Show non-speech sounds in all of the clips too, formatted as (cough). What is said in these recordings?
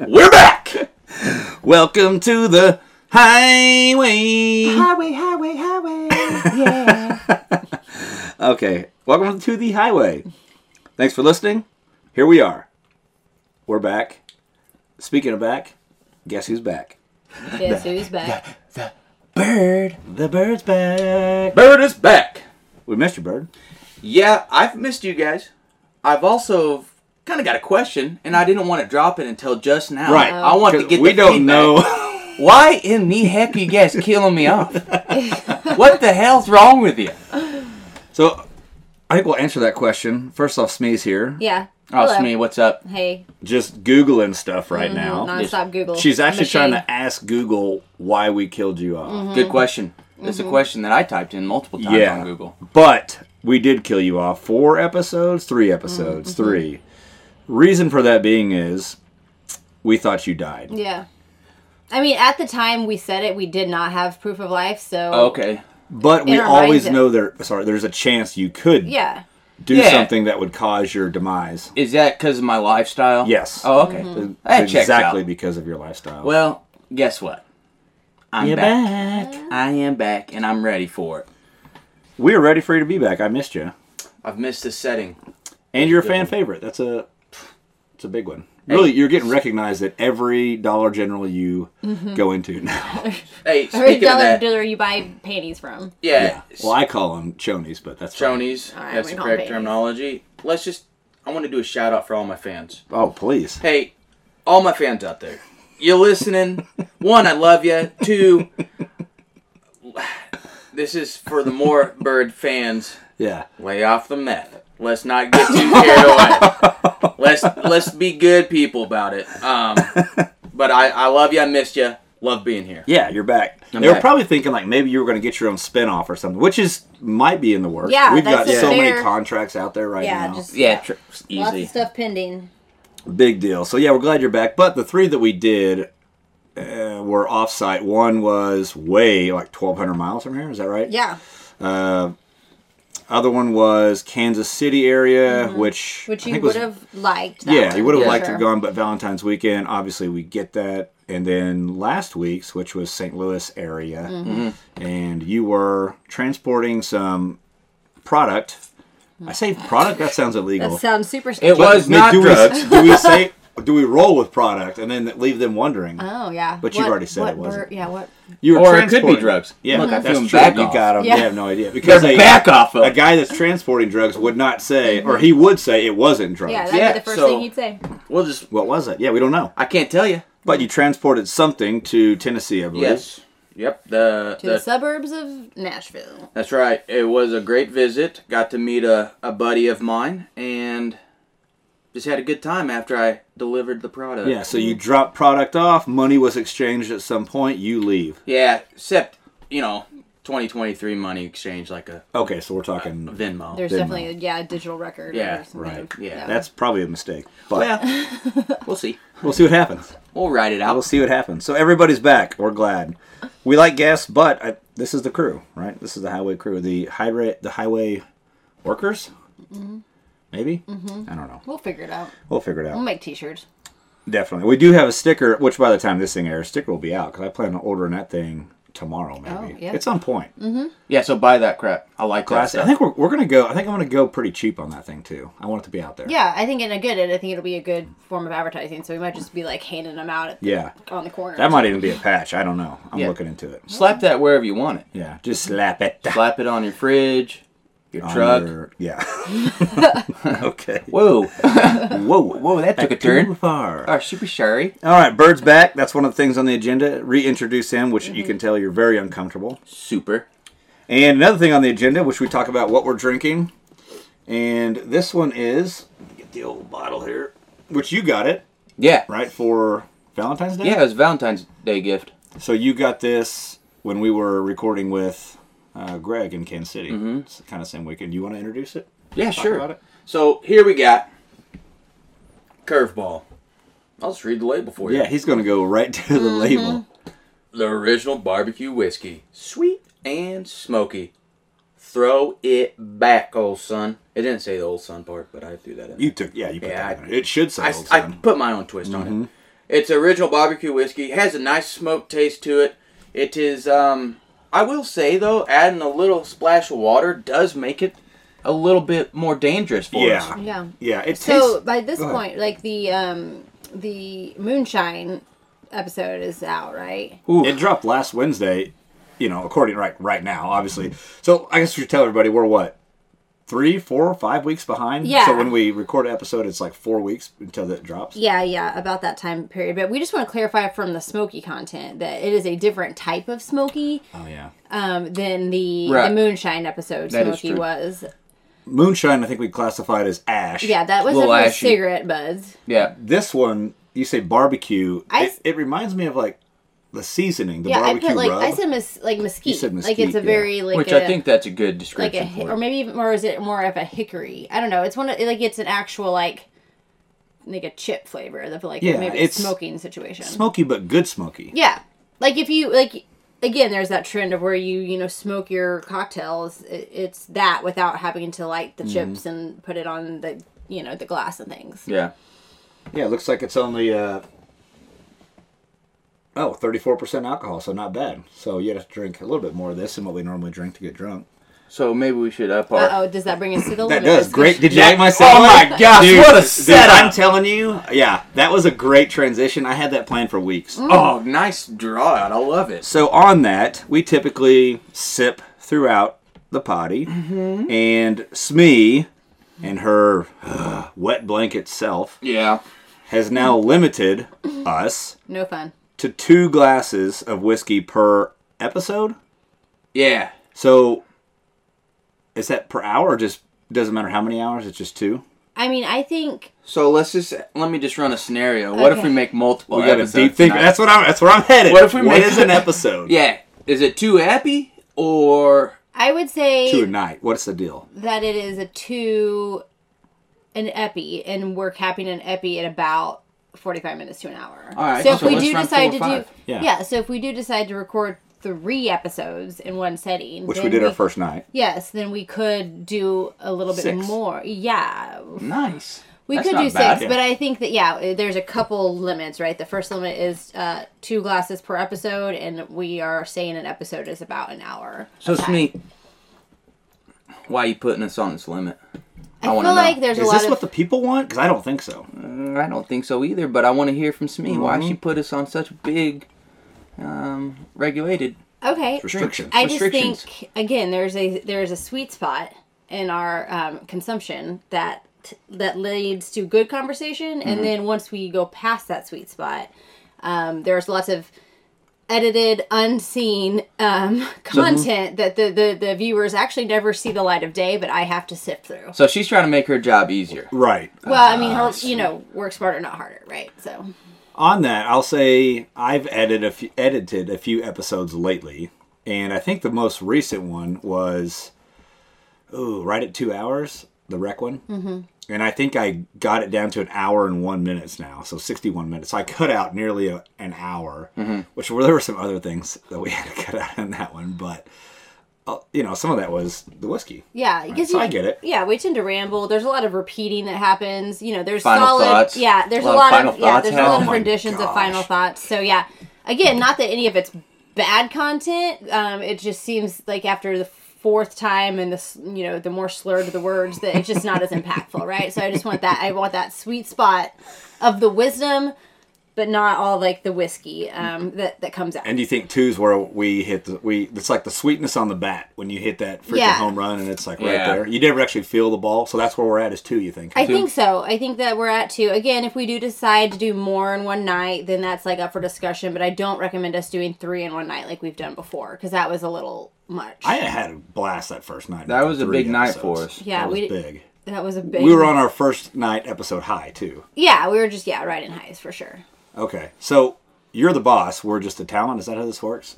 We're back. Welcome to the highway. Highway, highway, highway. Yeah. Okay, welcome to the highway. Thanks for listening. Here we are. We're back. Speaking of back, guess who's back? Guess who's back? the bird. The bird's back. Bird is back. We missed you, bird. Yeah, I've missed you guys. I've also kind of got a question, and I didn't want to drop it until just now. Right. Uh, I want to 'Cause get. we the don't feedback. know. (laughs) Why in the heck you guys killing me off? what the hell's wrong with you? so I think we'll answer that question. First off, Smee's here. Yeah. Oh, Hello. Smee, what's up? Hey, Just Googling stuff right now. nonstop Mm-hmm. Google. She's actually trying machine. to ask Google why we killed you off. Mm-hmm. Good question. It's a question that I typed in multiple times Mm-hmm. Yeah. on Google. But we did kill you off. Four episodes, three Mm-hmm. episodes, three. Reason for that being is we thought you died. Yeah. I mean, at the time we said it, we did not have proof of life, so Okay. But we reminds always it. know there sorry, there's a chance you could yeah. do Yeah. something that would cause your demise. Is that because of my lifestyle? Yes. Mm-hmm. Oh, okay. That checks exactly out. because of your lifestyle. Well, guess what? I'm back. I am back, and I'm ready for it. We are ready for you to be back. I missed you. I've missed the setting. And you're a fan favorite. That's a it's a big one. Really, you're getting recognized at every Dollar General you go into (laughs) now. Hey, Every speaking of dollar that, dealer you buy panties from. yeah, Well, I call them chonies, but that's fine. Chonies. All right, that's we the call correct them babies. terminology. Let's just. I want to do a shout out for all my fans. Oh, please. Hey, all my fans out there, you're (laughs) listening. One, I love you. Two, this is for the more bird fans. Yeah. Lay off the meth. Let's not get too carried away. (laughs) Let's let's be good people about it. (laughs) Um, but I I love you. I missed you. Love being here. Yeah, you're back. I'm they were back. probably thinking like maybe you were going to get your own spin-off or something, which is might be in the works. Yeah, we've that's got a so many fair- contracts out there right Yeah, now. just Yeah, tr- lots of easy. stuff pending. Big deal. So yeah, we're glad you're back. But the three that we did uh, were off-site. One was way like 1,200 miles from here. Is that right? Yeah, Uh, other one was Kansas City area, which Mm-hmm. I which you think was- would have liked. that Yeah, you one, would have for liked to sure. have gone, but Valentine's weekend, obviously, we get that. And then last week's, which was St. Louis area, and you were transporting some product. I say product. That sounds illegal. That sounds super. It But was not do drugs. We, (laughs) do we say? Do we roll with product and then leave them wondering? Oh yeah. But you've already said what it wasn't. bird- yeah. What? You Or it could be transporting- drugs. Yeah, Look, I that's threw 'em true. back you off. got them. Yeah. They have no idea because they back off of a guy that's transporting drugs would not say, or he would say it wasn't drugs. Yeah, that'd Yeah, be the first so- thing you'd say. We'll just. What was it? Yeah, we don't know. I can't tell you. But you transported something to Tennessee, I believe. Yes. Yep. The, To the, the suburbs of Nashville. that's right. It was a great visit. Got to meet a, a buddy of mine and just had a good time after I delivered the product. Yeah, so you drop product off, money was exchanged at some point, you leave. Yeah. Except you know, 2023 money exchange like a Okay, so we're talking. Venmo. There's Venmo. definitely a, yeah a digital record. Yeah, or something. right. Yeah. That's probably a mistake. But well, we'll see. we'll see what happens. We'll write it out. We'll see what happens. So everybody's back. We're glad. We like guests, but I, this is the crew, right? This is the highway crew. The highway, the highway workers? Maybe? I don't know. We'll figure it out. We'll figure it out. We'll make T-shirts. Definitely. We do have a sticker, which by the time this thing airs, sticker will be out because I plan on ordering that thing tomorrow, maybe. Oh, yeah. It's on point. Yeah. So buy that crap. I like that Class- I stuff. think we're, we're going to go, I think I'm going to go pretty cheap on that thing too. I want it to be out there. Yeah, I think in a good, and I think it'll be a good form of advertising. So we might just be like handing them out at the, Yeah. on the corner. That might even be a patch. I don't know. I'm Yeah. looking into it. Slap that wherever you want it. Yeah. Just slap it. Slap it on your fridge, your on truck. your- (laughs) yeah. (laughs) okay. (laughs) Whoa. Whoa, whoa, that Took a Too (laughs) turn. far. Our super sherry. All right, Bird's back. That's one of the things on the agenda. Reintroduce him, which Mm-hmm. you can tell you're very uncomfortable. Super. And another thing on the agenda, which we talk about what we're drinking. And this one is get the old bottle here, which you got it Yeah. right for Valentine's Day. Yeah, it was Valentine's Day gift. So you got this when we were recording with uh, Greg in Kansas City. It's kind of same weekend. You want to introduce it? Yeah, Mm-hmm. sure. about it. So here we got curveball. I'll just read the label for you. Yeah, he's going to go right to the label. The original barbecue whiskey, sweet and smoky, Throw it back, old son. It didn't say the old son part, but I threw that in. You took, yeah, you put Yeah, that I- in. It should say I, Old I Son. Mm-hmm. put my own twist on it. It's original barbecue whiskey. Has a nice smoke taste to it. It is. Um, I will say though, adding a little splash of water does make it a little bit more dangerous for yeah, us. Yeah. yeah. It So tastes. by this Go ahead. point, like the um the moonshine episode is out, right? It dropped last Wednesday. You know, according right right now, obviously. So I guess we should tell everybody we're what three, four, five weeks behind. Yeah. So when we record an episode, it's like four weeks until it drops. Yeah, yeah, about that time period. But we just want to clarify from the smoky content that it is a different type of smoky Oh yeah. um, than the, Right. the moonshine episode That is smoky true. was. Moonshine, I think we classified as ash. Yeah, that was Little definitely ashy. cigarette buzz. Yeah. This one, you say barbecue. I it, s- it reminds me of like the seasoning, the Yeah, I barbecue put like rub. I said mes- like mesquite. said like it's mesquite, a very like Which I I think that's a good like a description. hi- for or it. maybe even more is it more of a hickory? I don't know. It's one of like it's an actual like like a chip flavor of like Yeah, maybe it's- smoking situation. smoky, but good smoky. Yeah. Like if you like again there's that trend of where you you know smoke your cocktails it, it's that without having to light Mm-hmm. the chips and put it on the you know the glass and things. yeah. Yeah, it looks like it's only uh oh, 34% alcohol, so not bad. So you have to drink a little bit more of this than what we normally drink to get drunk. So maybe we should up our. Uh-oh, does that bring us to the That limit does. discussion? Great. Did you Yeah. hate myself? Oh my gosh, what a I'm setup. telling you, yeah, that was a great transition. I had that planned for weeks. Oh, nice draw out. I love it. So on that, we typically sip throughout the potty, Mm-hmm. and Smee and her uh, wet blanket self Yeah. has now limited us No fun. to two glasses of whiskey per episode. Yeah. So is that per hour or just doesn't matter how many hours, it's just two? I mean, I think So let's just let me just run a scenario. What if Okay. we make multiple? we got a episodes deep think. tonight? That's Oh, what I'm that's where I'm headed. What if we make- is an episode? Yeah. Is it too happy or I would Two a say night. What's the deal? that it is a 2 an epi and we're capping an epi at about 45 minutes to an hour. All right, So if so we let's do run decide to four do or five. Yeah. yeah. so if we do decide to record 3 episodes in one setting, Which we then did our first night. Yes, then we could do a little bit Six. more. Yeah. nice? We That's could not do six, bad. but I think that yeah, uh, there's a couple limits, right? The first limit is uh, two glasses per episode, and we are saying an episode is about an hour. So Smee, why are you putting us on this limit? I, wanna feel know. like there's a Is lot this of what the people want? Because I don't think so. Mm, I don't think so either, but I want to hear from Smee why Mm-hmm. she put us on such big, um, regulated. okay. Restrictions. I just restrictions. think again, there's a there's a sweet spot in our um, consumption that that leads to good conversation, and then once we go past that sweet spot, um, there's lots of edited, unseen um, content that the, the the viewers actually never see the light of day, but I have to sift through. So she's trying to make her job easier. Right. Well, I mean, her, you know, work smarter, not harder, right? So on that, I'll say I've edited a few, edited a few episodes lately, and I think the most recent one was, oh, right at two hours, the wreck one, mm-hmm. and I think I got it down to an hour and one minutes now, so sixty-one minutes. So I cut out nearly a, an hour, which were there were some other things that we (laughs) had to cut out in that one, but uh, you know, some of that was the whiskey. Yeah, because so I get it. Yeah, we tend to ramble. There's a lot of repeating that happens. You know, there's Final solid. thoughts. Yeah, there's a lot, final of, yeah, thoughts there's a lot happen. of Oh my renditions of final gosh. thoughts. So yeah, again, not that any of it's bad content. Um, it just seems like after the fourth time and the s- you know the more slurred the words that it's just not as impactful, right? So I just want that. I want that sweet spot of the wisdom, but not all like the whiskey um, that that comes out. And you think two's where we hit the we it's like the sweetness on the bat when you hit that freaking Yeah. home run and it's like right Yeah. there. You never actually feel the ball, so that's where we're at is two, you think. I think so. I think that we're at two. Again, if we do decide to do more in one night, then that's like up for discussion. But I don't recommend us doing three in one night like we've done before because that was a little much. I had a blast that first night. That with was the a three big night for episodes. us. Yeah, That was we- big. that was a big. We were on our first night episode high too. Yeah, we were just yeah riding highs for sure. Okay. So you're the boss, we're just the talent. Is that how this works?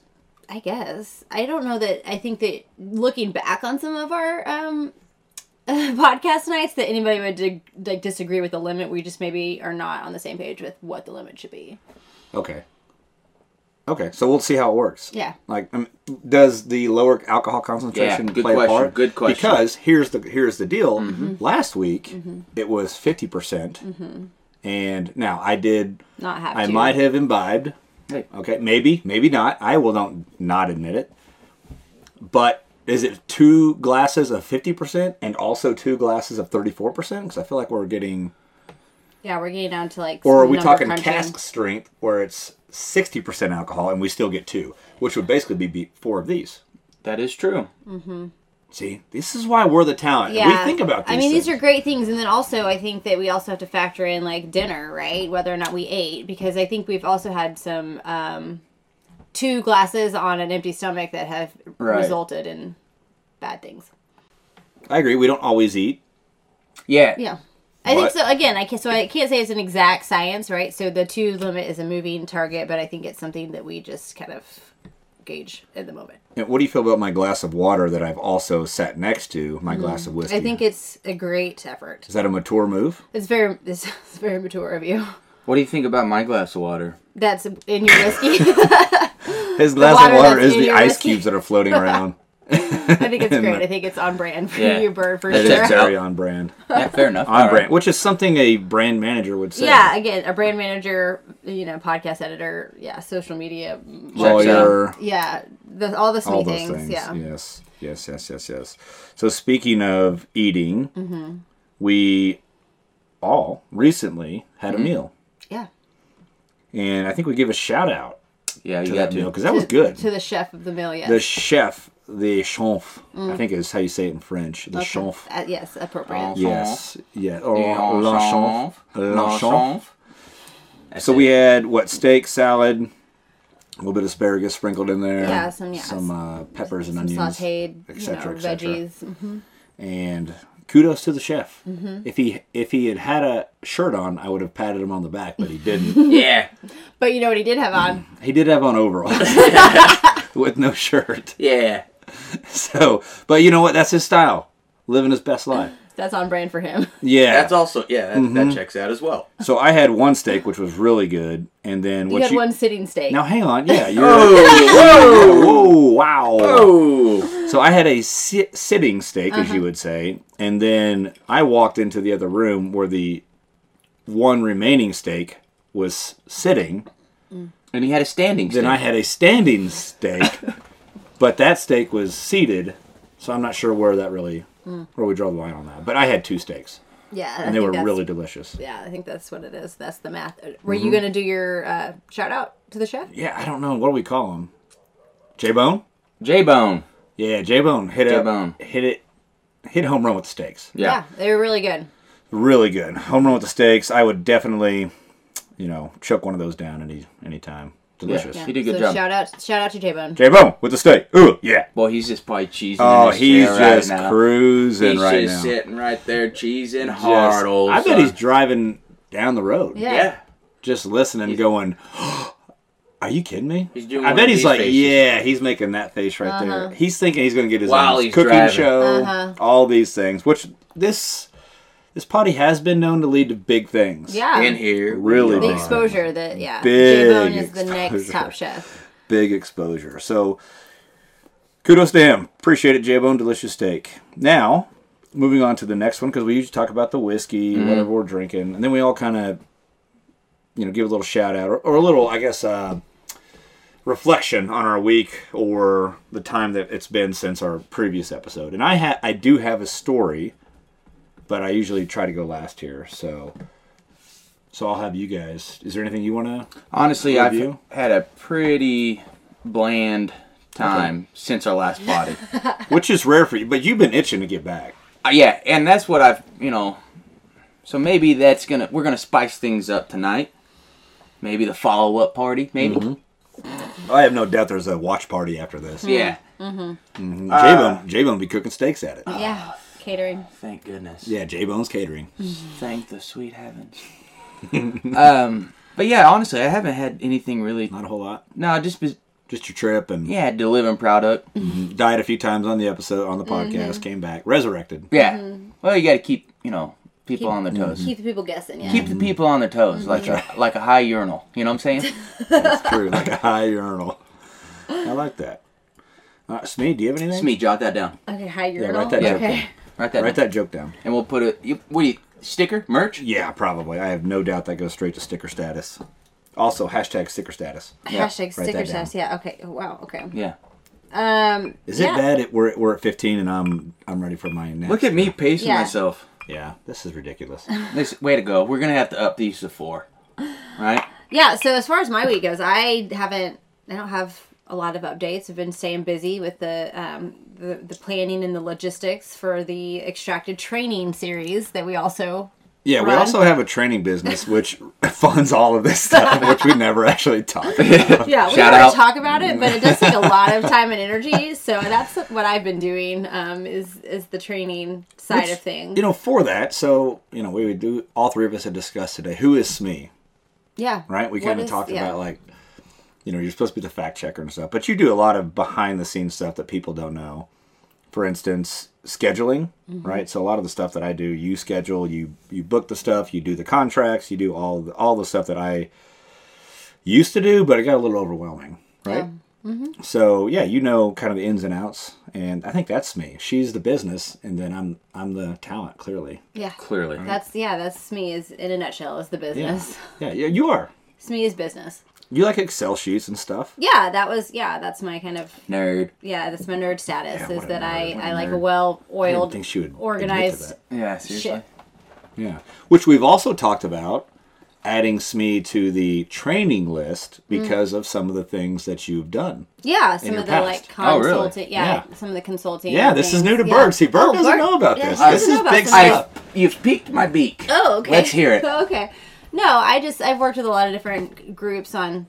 I guess I don't know that. I think that looking back on some of our um, (laughs) podcast nights, that anybody would dig like disagree with the limit. We just maybe are not on the same page with what the limit should be. Okay. Okay, so we'll see how it works. Yeah. Like, um, does the lower alcohol concentration Yeah, good play question, a part? good question. Because here's the here's the deal. Last week it was fifty percent, and now I did. Not have I to. might have imbibed. Hey. Okay, maybe, maybe not. I will not not admit it. But is it two glasses of fifty percent and also two glasses of thirty four percent? Because I feel like we're getting. Yeah, we're getting down to like. Or are some we number talking crunching. cask strength where it's sixty percent alcohol and we still get two, which would basically be- be four of these. That is true. See, this is why we're the talent. Yeah. We think about these. I mean, things. these are great things, and then also I think that we also have to factor in like dinner, right? Whether or not we ate, because I think we've also had some um, two glasses on an empty stomach that have Right. resulted in bad things. I agree. We don't always eat. Yeah. Yeah. I What? think so. Again, I can, so I can't say it's an exact science, right? So the two limit is a moving target, but I think it's something that we just kind of gauge at the moment. And what do you feel about my glass of water that I've also sat next to my glass of whiskey? Hmm. I think it's a great effort. is that a mature (laughs) move? It's very it's, it's very mature of you. What do you think about my glass of water? That's in your whiskey. (laughs) His glass water of water that's is in the your ice whiskey. cubes that are floating (laughs) around. I (laughs) think it's great. I think it's on brand for Yeah. you, Bird, for That is sure. exact- Very on brand. Yeah, (laughs) fair enough. On All right. brand, which is something a brand manager would say. Yeah, again, a brand manager, you know, podcast editor, yeah, social media, Lawyer. yeah, the, all the sweet all those things, things. yeah. Yes. Yes. Yes. Yes. Yes. So speaking of eating, Mm-hmm. we all recently had Mm-hmm. a meal, yeah, and I think we give a shout out Yeah, to you that got meal to. because that was good. To the chef of the meal, yes, The chef, the chef, Mm. I think is how you say it in French. The chef. Uh, yes, appropriate. Oh. Yes. Yeah. Or la L'enchant. chef. La chef. (laughs) So we it. had what steak, salad, a little bit of asparagus sprinkled in there. Yeah, some- yeah, some uh, peppers and Some onions, sautéed, et you cetera, know, et cetera. veggies. Mhm. and kudos to the chef. Mm-hmm. If he if he had had a shirt on, I would have patted him on the back, but he didn't. (laughs) Yeah. But you know what he did have on? he did have on (laughs) overalls (laughs) with no shirt. Yeah. So, but you know what? That's his style, living his best life. That's on brand for him. (laughs) Yeah. That's also yeah. That, Mm-hmm. that checks out as well. So I had one steak, which was really good, and then You what had you one sitting steak. now hang on, yeah, you're. (laughs) Whoa! Oh. Wow! Oh. So I had a si- sitting steak, as Uh-huh. you would say, and then I walked into the other room where the one remaining steak was sitting. And he had a standing. Then I had a standing (laughs) steak, but that steak was seated, so I'm not sure where that really Mm. where we draw the line on that. But I had two steaks, yeah, and they were really delicious. Yeah, I think that's what it is. That's the math. Uh, Were you gonna do your uh, shout out to the chef? Yeah, I don't know what do we call them. J Bone. J Bone. Yeah, J Bone hit it. J-Bone. hit it. Hit a home run with the steaks. Yeah. they were really good. Really good home run with the steaks. I would definitely, you know, chuck one of those down any any time. Delicious. Yeah. He did a good so job. Shout out, shout out to J Bone. J Bone with the steak. Ooh, yeah. Boy, he's just probably cheesing. Oh, in his he's chair right just now. cruising He's right just now. sitting right there cheesing Just- hard, old. I bet son. he's driving down the road. Yeah. Yeah. Just listening, going. (gasps) Are you kidding me? He's doing I one bet of he's these like, faces. yeah, he's making that face right there. He's thinking he's going to get his While own he's cooking driving. show, Uh-huh. all these things. Which this this potty has been known to lead to big things. Yeah, in here. Really the big. exposure that yeah, Big J Bone is the next exposure. top chef. big exposure. So kudos to him. Appreciate it, J Bone. Delicious steak. Now, moving on to the next one, because we usually talk about the whiskey, whatever we're drinking, and then we all kind of, you know, give a little shout out or, or a little, I guess, uh, reflection on our week or the time that it's been since our previous episode. And I ha- I do have a story, but I usually try to go last here, so. So I'll have you guys. Is there anything you want to? Honestly, Good I've view. had a pretty bland time since our last body. Which is rare for you, but you've been itching to get back. Uh, yeah, and that's what I've you know. So maybe that's gonna we're gonna spice things up tonight. Maybe the follow up party. Maybe. I have no doubt there's a watch party after this. Yeah. Uh, J Bone, J Bone be cooking steaks at it. Yeah, catering. Mm-hmm. Thank goodness. Yeah, J Bone's catering. Mm. Thank the sweet heavens. um, but yeah, honestly, I haven't had anything really. Not a whole lot. No, just be, Just your trip and yeah, delivering product. Mm-hmm. died a few times on the episode on the podcast. Came back resurrected. Yeah. Well, you got to keep you know people on their toes. Keep the people guessing. Yeah. Keep the people on their toes, like a like a high urinal. You know what I'm saying? That's true, like a (laughs) high urinal. I like that. Uh, Smee, do you have anything? Smee, jot that down. okay. Hi, you're Yeah, write that joke okay. Write that. Write down. that joke down. And we'll put a you, what do you sticker merch? Yeah, probably. I have no doubt that goes straight to sticker status. Also, hashtag sticker status. Yeah, write Hashtag that sticker down. status. Yeah. Okay. Oh, Wow. Okay. Yeah. Um. Is yeah. it bad? It, we're, we're at 15 and I'm I'm ready for my next. Look at me pacing Yeah. myself. Yeah, this is ridiculous. This way to go. We're gonna have to up these to four, right? Yeah. So as far as my week goes, I haven't. I don't have a lot of updates. I've been staying busy with the um the, the planning and the logistics for the extracted training series that we also. Yeah, we Run. also have a training (laughs) business which (laughs) funds all of this stuff, which we never actually talk about. Yeah, we Shout never out. talk about it, but it does (laughs) take a lot of time and energy. So that's what I've been doing. Um, is is the training side Which, of things. You know, for that, so you know, we would do all three of us had discussed today. Who is Smee? yeah. Right? We What kind of is- talked yeah. about like, you know, you're supposed to be the fact checker and stuff, but you do a lot of behind the scenes stuff that people don't know. For instance, scheduling, Mm-hmm. right? So a lot of the stuff that I do, you schedule, you you book the stuff, you do the contracts, you do all the, all the stuff that I used to do, but it got a little overwhelming, right? Um, So yeah, you know kind of the ins and outs, and I think that's me. She's the business, and then I'm I'm the talent clearly. Yeah. Clearly. That's yeah. That's me. Is in a nutshell is the Yeah, business. yeah, yeah. You are. It's me is business. You like Excel sheets and stuff. Yeah, that was yeah. That's my kind of Nerd. yeah. That's my nerd status Yeah, what is a that nerd, what I a I like a nerd. well I didn't oiled, think she would admit to organized. that. Yeah. Seriously. Shit. Yeah, which we've also talked about adding Smee to the training list Mm. because of some of the things that you've done. Yeah, some your of the past. like Oh, really? consulting. Yeah, Yeah. some of the consulting. Yeah, this is things. new to Yeah. Bird. See, Bird Oh, doesn't know about yeah, this. he This doesn't is know about big some of stuff. that. I you've piqued my beak. Oh, okay. Let's hear it. (laughs) okay. No, I just I've worked with a lot of different groups on.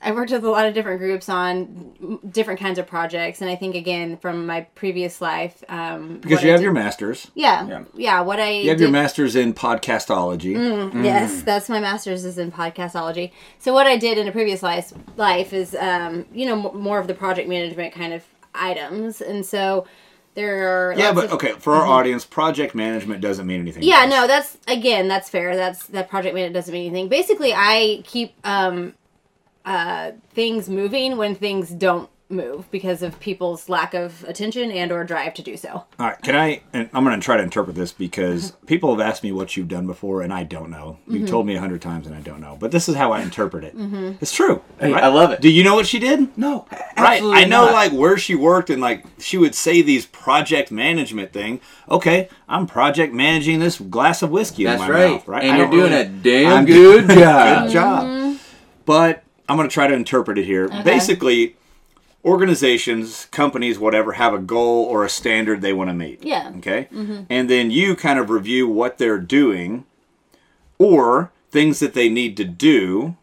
I've worked with a lot of different groups on different kinds of projects, and I think again from my previous life. Um, Because what you I have did- your master's. yeah, Yeah. yeah what I You have did, Mm-hmm. your Mm. master's in podcastology. Mm, Yes, that's my master's is in podcastology. So what I did in a previous life, life is, um, you know, m- more of the project management kind of items, and so there are Yeah, lots but of- Mm-hmm. okay, for our audience, project management doesn't mean anything. to yeah, us. no, that's again, that's fair. That's that project management doesn't mean anything. Basically, I keep um, uh, things moving when things don't move because of people's lack of attention and or drive to do so. All right, can I? And I'm going to try to interpret this because people have asked me what you've done before, and I don't know. You've told me a hundred times, and I don't know. But this is how I interpret it. It's true. Hey, I love it. Do you know what she did? No. Right. absolutely I know not. like where she worked and like she would say these project management thing. Okay, I'm project managing this glass of whiskey That's in my right. mouth, right? And I you're don't doing really- a damn I'm good doing a job. Good job. Um, But I'm going to try to interpret it here. Basically, organizations, companies, whatever have a goal or a standard they want to meet. Yeah. Mm-hmm. Okay? And then you kind of review what they're doing or things that they need to do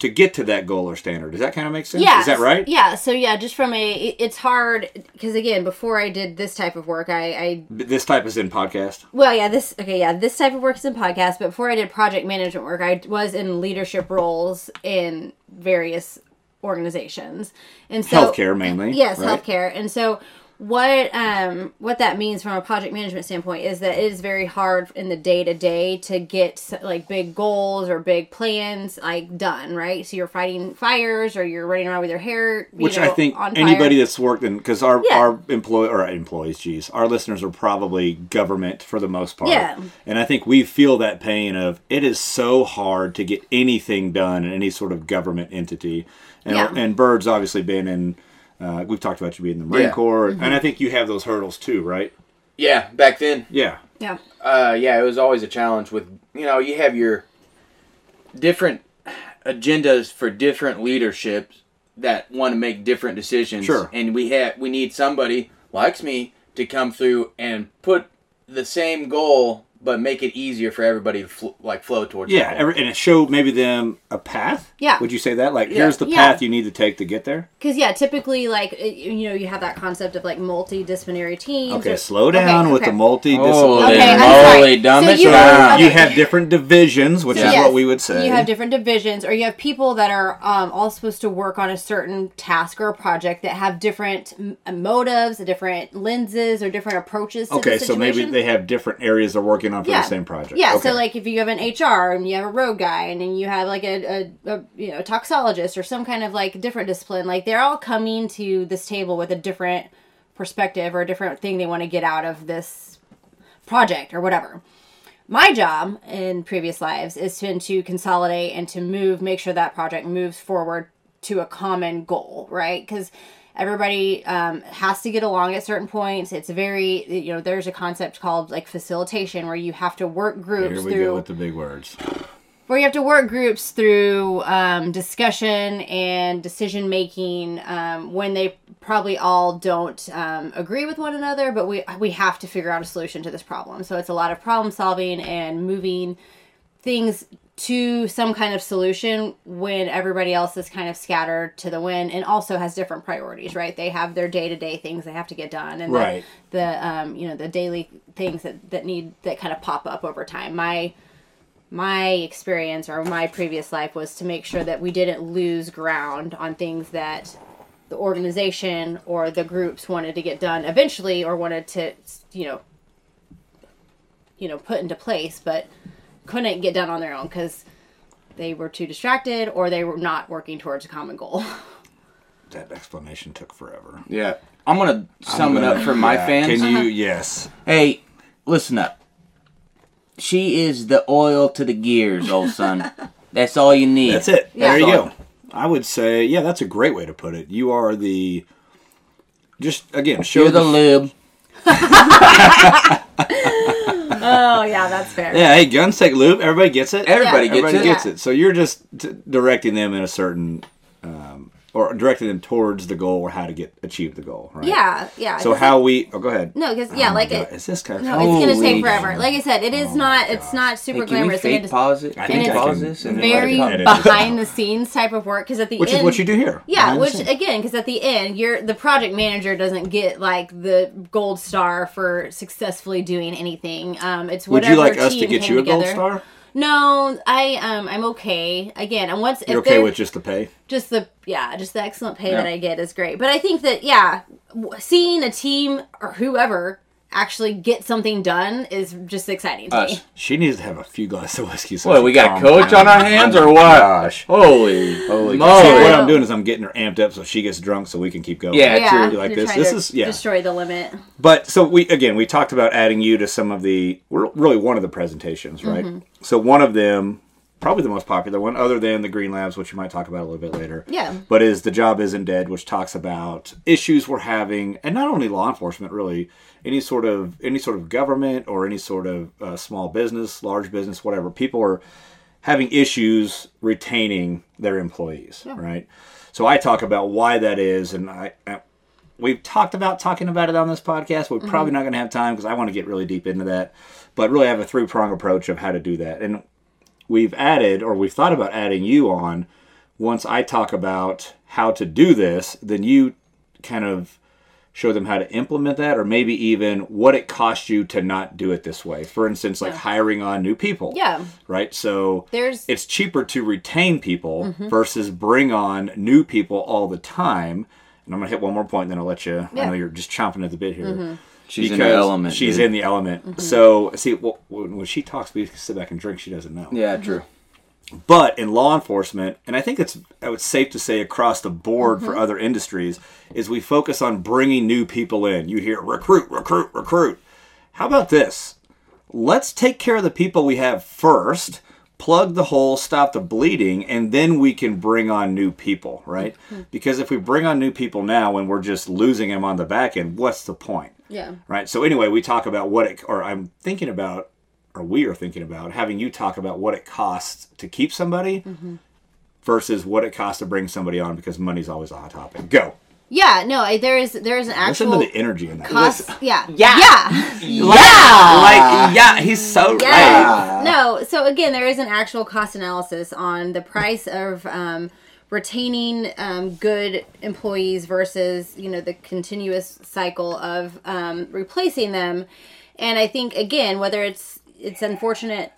to get to that goal or standard. Does that kind of make sense? Yeah. Is that right? Yeah. So yeah, just from a, it- it's hard because again, before I did this type of work, I, I This type is in podcast. well, yeah, this okay, yeah, this type of work is in podcast. But before I did project management work, I was in leadership roles in various organizations, and so Healthcare mainly. Yes, right? healthcare. And so what um what that means from a project management standpoint is that it is very hard in the day to day to get s- like big goals or big plans like done, right? So you're fighting fires or you're running around with your hair, you Which I know, think on fire. anybody that's worked in, because our, Yeah. our employee or employees, geez, our listeners are probably government for the most part. Yeah. And I think we feel that pain of it is so hard to get anything done in any sort of government entity. And, Yeah. and Bird's obviously been in, uh, we've talked about you being in the Marine Yeah. Corps. Mm-hmm. And I think you have those hurdles too, right? Yeah. Back then. Yeah. yeah. uh, yeah, it was always a challenge with you know you have your different agendas for different leaderships that want to make different decisions. Sure. and we have we need somebody likes me to come through and put the same goal, but make it easier for everybody to fl- like flow towards. Yeah. that goal. Every, and it showed maybe them a path. Yeah. Would you say that? Like, Yeah. here's the Yeah. path you need to take to get there? Because yeah, typically like it- you know you have that concept of like multidisciplinary teams. Okay, or- slow Okay, down with okay. the multidisciplinary. Holy Okay, I'm moly, sorry. dumb So as you- So rock. okay. you have different divisions, which is Yes. what we would say. You have different divisions, or you have people that are um, all supposed to work on a certain task or a project that have different m- motives, different lenses, or different approaches. To okay, the so maybe situation. they have different areas they're working working on for Yeah. the same project. Yeah, Okay. so like if you have an HR and you have a road guy and then you have like a, a, a you know toxologist or some kind of like different discipline, like they're all coming to this table with a different perspective or a different thing they want to get out of this project or whatever. My job in previous lives is been to consolidate and to move, make sure that project moves forward to a common goal, right? Because everybody um, has to get along at certain points. It's very, you know, there's a concept called like facilitation where you have to work groups here we through go with the big words. where you have to work groups through um, discussion and decision making um, when they probably all don't um, agree with one another, but we we have to figure out a solution to this problem. So it's a lot of problem solving and moving things to some kind of solution when everybody else is kind of scattered to the wind and also has different priorities right they have their day-to-day things they have to get done and the- Right. the, um, you know the daily things that, that need that kind of pop up over time my my experience or my previous life was to make sure that we didn't lose ground on things that the organization or the groups wanted to get done eventually or wanted to you know you know put into place but couldn't get done on their own because they were too distracted or they were not working towards a common goal That explanation took forever. Yeah. I'm gonna sum it up for my Yeah, fans. Can you? (laughs) Yes. Hey, listen up. She is the oil to the gears, old (laughs) son. That's all you need. That's it. Yeah. There you Solid. go. I would say, yeah, that's a great way to put it. You are the just again show You're the lube. oh yeah that's fair yeah. Hey, guns take lube. Everybody gets it. Everybody Yeah. gets Everybody it. gets it. So you're just t- directing them in a certain, um, or directing them towards the goal or how to get achieve the goal, right? (laughs) yeah yeah So 'cause- how we? Oh, go ahead. no because yeah Oh my like God, it is this kind of? no, it's gonna Holy Oh take forever like i said it is not it's not super Hey, can we glamorous I mean, fake it's pause it? I Can think we I pause can- this? and- very Like an edit. behind the scenes type of work because at the which end is what you do here. Yeah, behind the which scenes. again, because at the end, you're the project manager doesn't get like the gold star for successfully doing anything. Um, it's would whatever. you like us to team get came you a gold together. star? No, I um, I'm okay. Again, and once You're if okay they're- with just the pay? just the yeah, just the excellent pay that Yeah. I get is great. But I think that yeah, w- seeing a team or whoever actually get something done is just exciting to me. Us. She needs to have a few glasses of whiskey. So What, she we calms got a coach on our down. hands Oh or my what? Gosh. Holy, holy See, what moly. I'm doing is I'm getting her amped up so she gets drunk so we can keep going. Yeah. Yeah, true. You like you're this? trying This to is- yeah. destroy the limit. But so we again we talked about adding you to some of the we're really one of the presentations, right? So one of them, probably the most popular one, other than the Green Labs, which you might talk about a little bit later. Yeah. But is the job isn't dead, which talks about issues we're having, and not only law enforcement, really any sort of any sort of government or any sort of uh, small business, large business, whatever. People are having issues retaining their employees, right? So I talk about why that is, and I, I we've talked about talking about it on this podcast. We're probably not going to have time because I want to get really deep into that, but really have a three prong approach of how to do that. And we've added, or we've thought about adding you on. Once I talk about how to do this, then you kind of show them how to implement that, or maybe even what it costs you to not do it this way. For instance, like hiring on new people. Yeah. Right. So There's- it's cheaper to retain people versus bring on new people all the time. And I'm gonna hit one more point, then I'll let you. I Yeah. know you're just chomping at the bit here. She's in Because her element. She's dude. in the element. So see, wh- when when she talks, we sit back and drink. She doesn't know. Yeah, true. But in law enforcement, and I think it's I would safe to say across the board for other industries, is we focus on bringing new people in. You hear recruit, recruit, recruit. How about this? Let's take care of the people we have first, plug the hole, stop the bleeding, and then we can bring on new people, right? Because if we bring on new people now and we're just losing them on the back end, what's the point? Yeah. right? So anyway, we talk about what it, or I'm thinking about, or we are thinking about having you talk about what it costs to keep somebody Mm-hmm. versus what it costs to bring somebody on because money's always a hot topic. Go. Yeah, no, I, there is there is an actual Listen to the energy in that. cost. Yeah. Yeah. Yeah. (laughs) Like, yeah, he's so right. Yes. No. So again, there is an actual cost analysis on the price of um, retaining um, good employees versus you know the continuous cycle of um, replacing them, and I think again whether it's it's unfortunate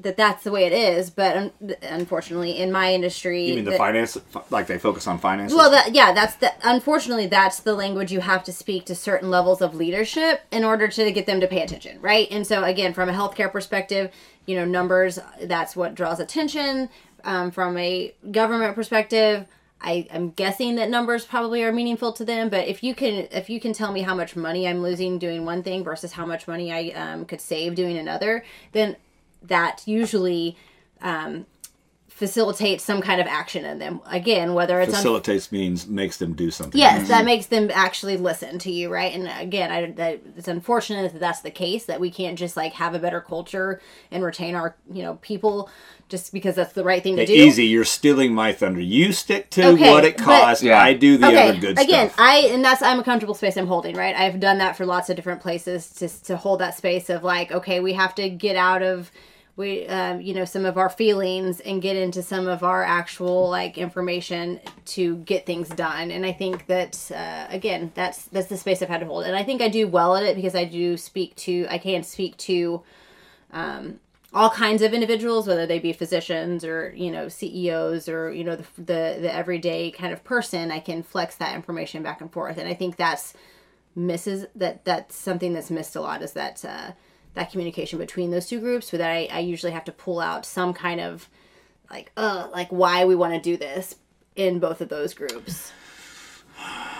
that that's the way it is, but un- unfortunately, in my industry, You mean the that- finance, like they focus on finances? Well, that yeah, that's the unfortunately that's the language you have to speak to certain levels of leadership in order to get them to pay attention, right? And so again, from a healthcare perspective, you know, numbers that's what draws attention. Um, from a government perspective, I, I'm guessing that numbers probably are meaningful to them. But if you can if you can tell me how much money I'm losing doing one thing versus how much money I um, could save doing another, then that usually um, facilitates some kind of action in them. Again, whether it's on Facilitates means makes them do something. Yes, that makes them actually listen to you, right? And again, I, that, it's unfortunate that that's the case that we can't just like have a better culture and retain our you know people just because that's the right thing to do. Easy, you're stealing my thunder. You stick to Okay, what it but- costs. Yeah. I do the okay, other good again, stuff. I and that's I'm a comfortable space I'm holding, right? I've done that for lots of different places to to hold that space of like, okay, we have to get out of we um, you know some of our feelings and get into some of our actual like information to get things done and i think that uh, again that's that's the space i've had to hold and i think i do well at it because i do speak to i can speak to all kinds of individuals, whether they be physicians or you know CEOs or you know the the, the everyday kind of person, I can flex that information back and forth, and I think that's misses that that's something that's missed a lot is that uh, that communication between those two groups. Where that I, I usually have to pull out some kind of like uh like why we want to do this in both of those groups.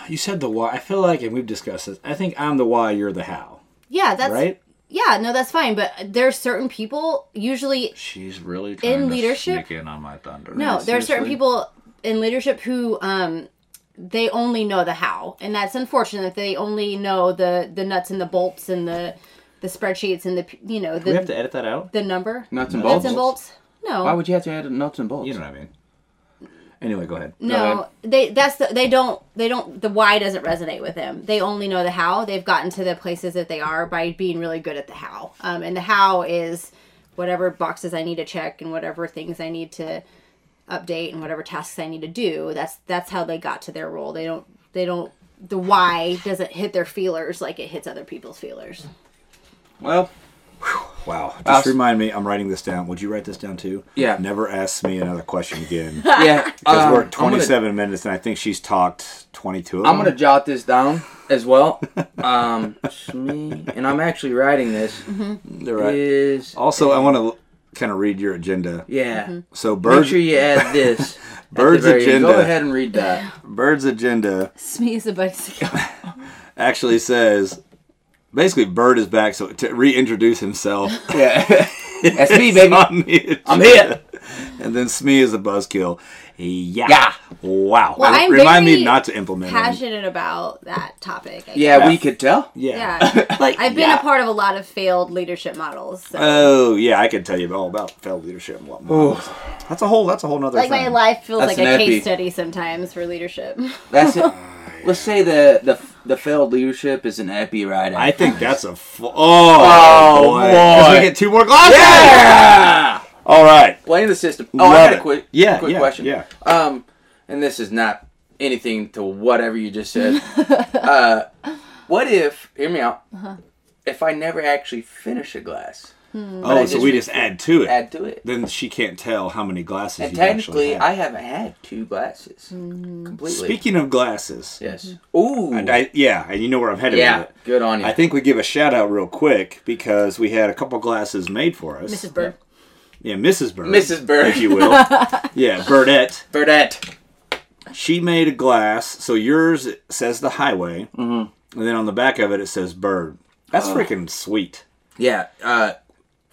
you said the why. I feel like, and we've discussed this. I think I'm the why. You're the how. Yeah, that's Right? Yeah, no, that's fine, but there's certain people usually She's really trying to leadership- sneak in on my thunder. No, there are certain Seriously? people in leadership who um, they only know the how, and that's unfortunate. that They only know the the nuts and the bolts and the the spreadsheets and the you know Do we have the to edit that out? the number Nuts and nuts bolts. and bolts. No, Why would you have to add nuts and bolts? You know what I mean. Anyway, go ahead. no, they that's the, they don't they don't the why doesn't resonate with them. They only know the how. They've gotten to the places that they are by being really good at the how, um, and the how is whatever boxes I need to check and whatever things I need to update and whatever tasks I need to do. That's that's how they got to their role. They don't they don't the why doesn't hit their feelers like it hits other people's feelers. Well, Wow. Just Us- remind me. I'm writing this down. Would you write this down too? Yeah. Never ask me another question (laughs) again. Uh, (laughs) yeah. Because um, we're I'm at gonna- 27 minutes, and I think she's talked 22 of I'm them. gonna jot this down (laughs) as well. Um, Shmi- and I'm actually writing this. Mm-hmm. They're right. Is Also, I want to kind of read your agenda. yeah. So, Make Bird's, sure you add this. at (laughs) the Bird's very end. Go agenda. ahead and read that. Bird's agenda Smeeze a bicycle. actually says basically, Bird is back, so to reintroduce (laughs) himself. (laughs) Yeah. That's me, It's baby. on the I'm agenda. And then Smee is a buzzkill. Yeah. Yeah. Wow. Well, I'm Remind me very not to implement him. (laughs) Passionate about that topic. I Yeah, we could tell. Yeah. guess. Yeah. (laughs) Like, I've been yeah. a part of a lot of failed leadership models. So. Oh yeah, I could tell you all about failed leadership and what more. That's a whole. That's a whole nother like thing. my life feels That's like a an epi. case study sometimes for leadership. (laughs) That's it. Let's say the the the failed leadership is an epi right I after. think (laughs) that's a. F- oh, oh boy! 'Cause we boy. get two more glasses. (laughs) yeah. All right. Playing the system. Oh, I Love got it. a quick Yeah, quick yeah, question. yeah. Um, and this is not anything to whatever you (laughs) just said. uh, what if? Hear me out. Uh-huh. If I never actually finish a glass, Oh, I so just we just add to it. add to it. then she can't tell how many glasses. And you technically, actually I have. haven't had two glasses Mm-hmm. completely. Speaking of glasses, yes. Ooh. and I, yeah, and you know where I'm headed yeah. with it. Good on you. I think we give a shout out real quick because we had a couple glasses made for us. Mrs. Bird. Yeah, Mrs. Bird. Mrs. Bird. If you will. yeah, Birdette. Burdette. She made a glass. So yours says the highway. Mm-hmm. And then on the back of it, it says bird. That's freaking sweet. Yeah. Uh, And-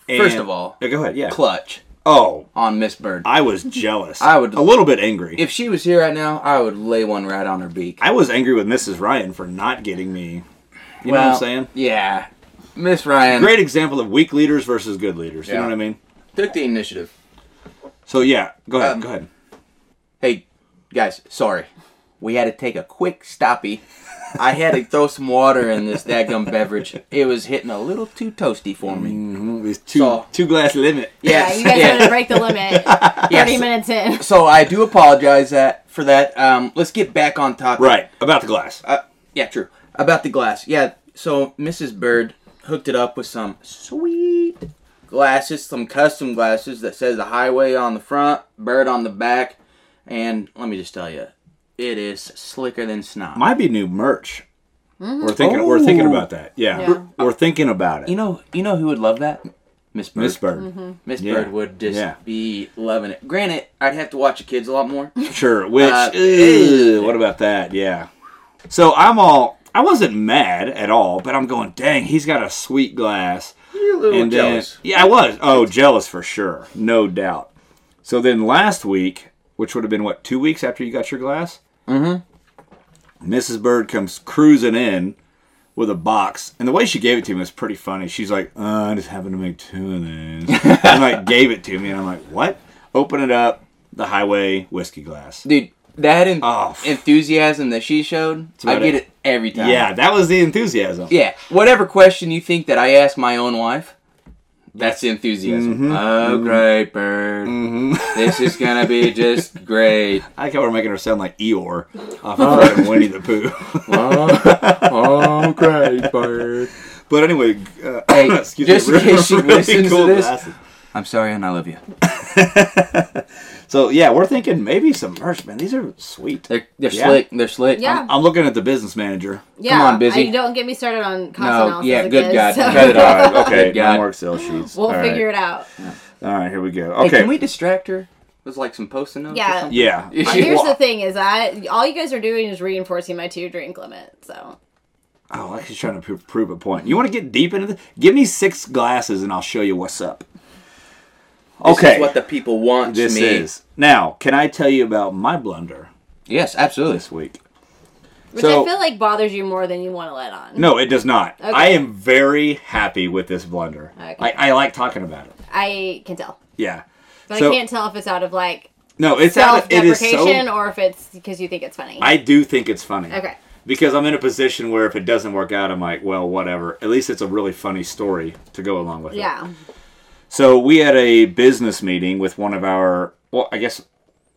Oh. First of all, Yeah, go ahead. Yeah. clutch oh, on Miss Bird. I was jealous. I would- a little bit angry. if she was here right now, I would lay one right on her beak. I was angry with Mrs. Ryan for not getting me. You know what I'm saying? Yeah. Miss Ryan Great example of weak leaders versus good leaders. You Yeah. know what I mean? took the initiative. So yeah, go ahead. Um, go ahead. Hey, guys, sorry. We had to take a quick stoppy. I had to throw some water in this daggum beverage. It was hitting a little too toasty for me. Mm, There's two so- two glass limit. Yeah, Yes. you guys want to break the limit. Thirty Yes. minutes in. So I do apologize that for that. Um, let's get back on topic. Right about the glass. Uh, yeah, true. About the glass. Yeah. So Mrs. Bird hooked it up with some sweet glasses, some custom glasses that says the highway on the front, bird on the back, and let me just tell you, it is slicker than snot. Might be new merch. We're thinking. We're thinking Oh. about that. Yeah, Yeah. we're thinking about it. you know, you know who would love that? Miss Bird. Miss Bird. Miss Yeah. Bird would just Yeah. be loving it. Granted, I'd have to watch the kids a lot more. Sure. Which, Uh, ew, what about that? Yeah. So I'm all, I wasn't mad at all, but I'm going, dang, he's got a sweet glass. You're a little And then, jealous. yeah, I was. Oh, jealous for sure. No doubt. So then last week, which would have been what, two weeks after you got your glass? Mm hmm. Mrs. Bird comes cruising in with a box. And the way she gave it to me was pretty funny. She's like, uh, I just happened to make two of these. (laughs) and like gave it to me. And I'm like, what? Open it up. The highway whiskey glass. Dude, that en- Oh, f- enthusiasm that she showed, I about get it. it every time. Yeah, that was the enthusiasm. (laughs) Yeah. Whatever question you think that I ask my own wife, that's the enthusiasm. Mm-hmm. Oh, great bird. This is going (laughs) to be just great. I like how we're making her sound like Eeyore off of fucking (laughs) Winnie the Pooh. (laughs) Oh, oh great bird. but anyway, uh, Hey, (coughs) excuse just in me, (laughs) case she listens to this. glasses. I'm sorry and I love you. So yeah, we're thinking maybe some merch, man. These are sweet. They're, they're Yeah. slick. They're slick. Yeah. I'm looking at the business manager. Yeah, on, busy. I, don't get me started on cost No, analysis. yeah, of good this, God, so- cut it off. (laughs) okay, God. no more Excel sheets. (laughs) We'll figure it out. it. All right, here we go. Hey, Okay, can we distract her? With like some post-it notes or Yeah. something? (laughs) yeah. Here's I- Here's well, the thing: is I all you guys are doing is reinforcing my two drink limit. So oh, I'm just trying to pro- prove a point. You want to get deep into this? Give me six glasses, and I'll show you what's up. This Okay, is what the people want this me. is now. Can I tell you about my blunder Yes, absolutely. this week? Which So- I feel like bothers you more than you want to let on. No, it does not. Okay. I am very happy with this blunder. Okay. I, I like talking about it. I can tell, Yeah. but So- I can't tell if it's out of like No, it's out. Of, it is self-deprecation so. or if it's because you think it's funny. I do think it's funny. okay, Because I'm in a position where if it doesn't work out, I'm like, well, whatever. At least it's a really funny story to go along with it. yeah, So we had a business meeting with one of our. Well, I guess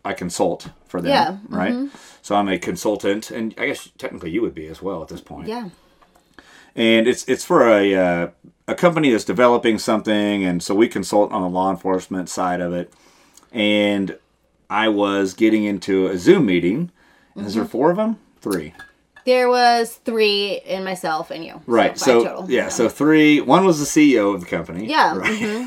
I consult for them. Yeah, mm-hmm. Right. So I'm a consultant, and I guess technically you would be as well at this point. yeah. and it's it's for a uh, a company that's developing something, and so we consult on the law enforcement side of it. And I was getting into a Zoom meeting. Is Mm-hmm. there four of them? Three. There was three in myself and you. Right. five So, total. yeah. So three. One was the CEO of the company. Yeah. Right. mhm.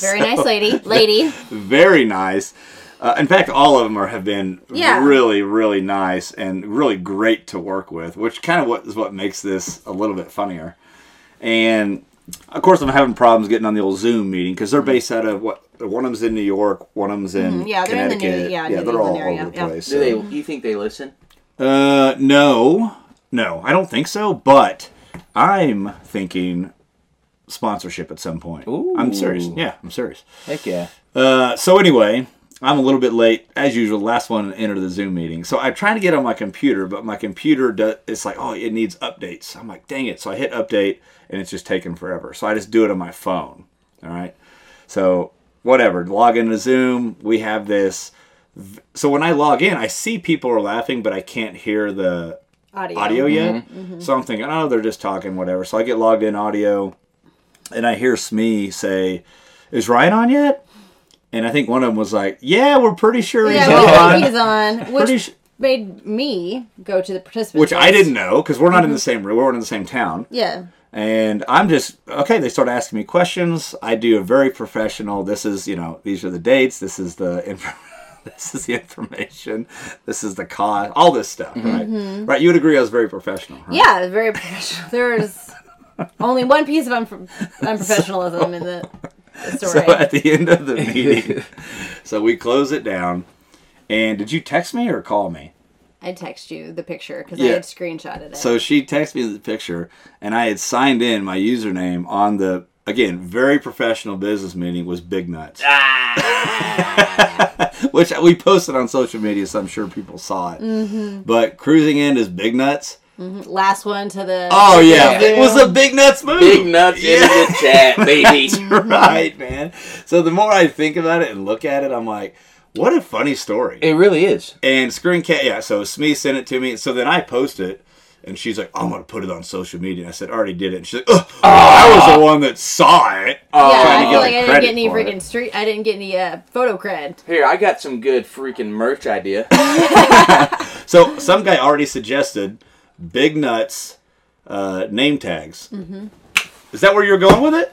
Very nice (laughs) lady, lady. Very nice. Uh, in fact, all of them are, have been Yeah. really, really nice and really great to work with, which kind of what is what makes this a little bit funnier. And of course, I'm having problems getting on the old Zoom meeting because they're basased out of what one of them's in New York, one of them's in Mhm, Mm-hmm. yeah, they're in the New- Connecticut. yeah, New they're all England area, over the yeah. place. Do so- they? You think they listen? uh, no, no, I don't think so. But I'm thinking sponsorship at some point. I'm serious. Ooh. Yeah, I'm serious. Heck yeah. Uh, so anyway, I'm a little bit late as usual. Last one to enter the Zoom meeting. So I'm trying to get on my computer, but my computer does. It's like, oh, it needs updates. I'm like, dang it. So I hit update, and it's just taking forever. So I just do it on my phone. All right. So whatever. Log into Zoom. We have this. v- So when I log in, I see people are laughing, but I can't hear the Audio. audio yet. So I'm thinking, oh, they're just talking, whatever. So I get logged in audio, and I hear Smee say, "Is Ryan on yet?" And I think one of them was like, "Yeah, we're pretty sure he's Yeah, on." we think he's on, Pretty which su- made me go to the participants. which I list. didn't know because we're not in the Mm-hmm. same room. We're in the same town. Yeah. And I'm just okay. They start asking me questions. I do a very professional. This is you know these are the dates. This is the inf- (laughs) this is the information. This is the cost. All this stuff, right? Right. You would agree I was very professional. Right? Mm-hmm. Yeah, very professional. (laughs) There's only one piece of unpro- unprofessionalism in the, the (laughs) story. So at the end (laughs) of the meeting, so we close it down. And did you text me or call me? I text you the picture because I Yeah. had screenshotted it. So she texted me the picture, and I had signed in my username on the again very professional business meeting was Big (laughs) Nuts, (laughs) which we posted on social media, so I'm sure people saw it. But cruising in is Big Nuts. Last one to the. Oh yeah, it was a Big Nuts Mm-hmm. move. (laughs) Big nuts (laughs) in the chat, baby. right, man. So the more I think about it and look at it, I'm like, what a funny story. (laughs) It really is. And screen cap, yeah. So Smee sent it to me. So then I post it, And she's like, I'm going to put it on social media. And I said, I already did it. And she's like, Ugh, I was the one that saw it. Oh, yeah, I to feel get like I didn't credit get any for it. freaking street. I didn't get any uh, photo cred. Here, I got some good freaking merch (laughs) idea. So some guy already suggested Big Nuts uh, name tags. Mm-hmm. Is that where you're going with it?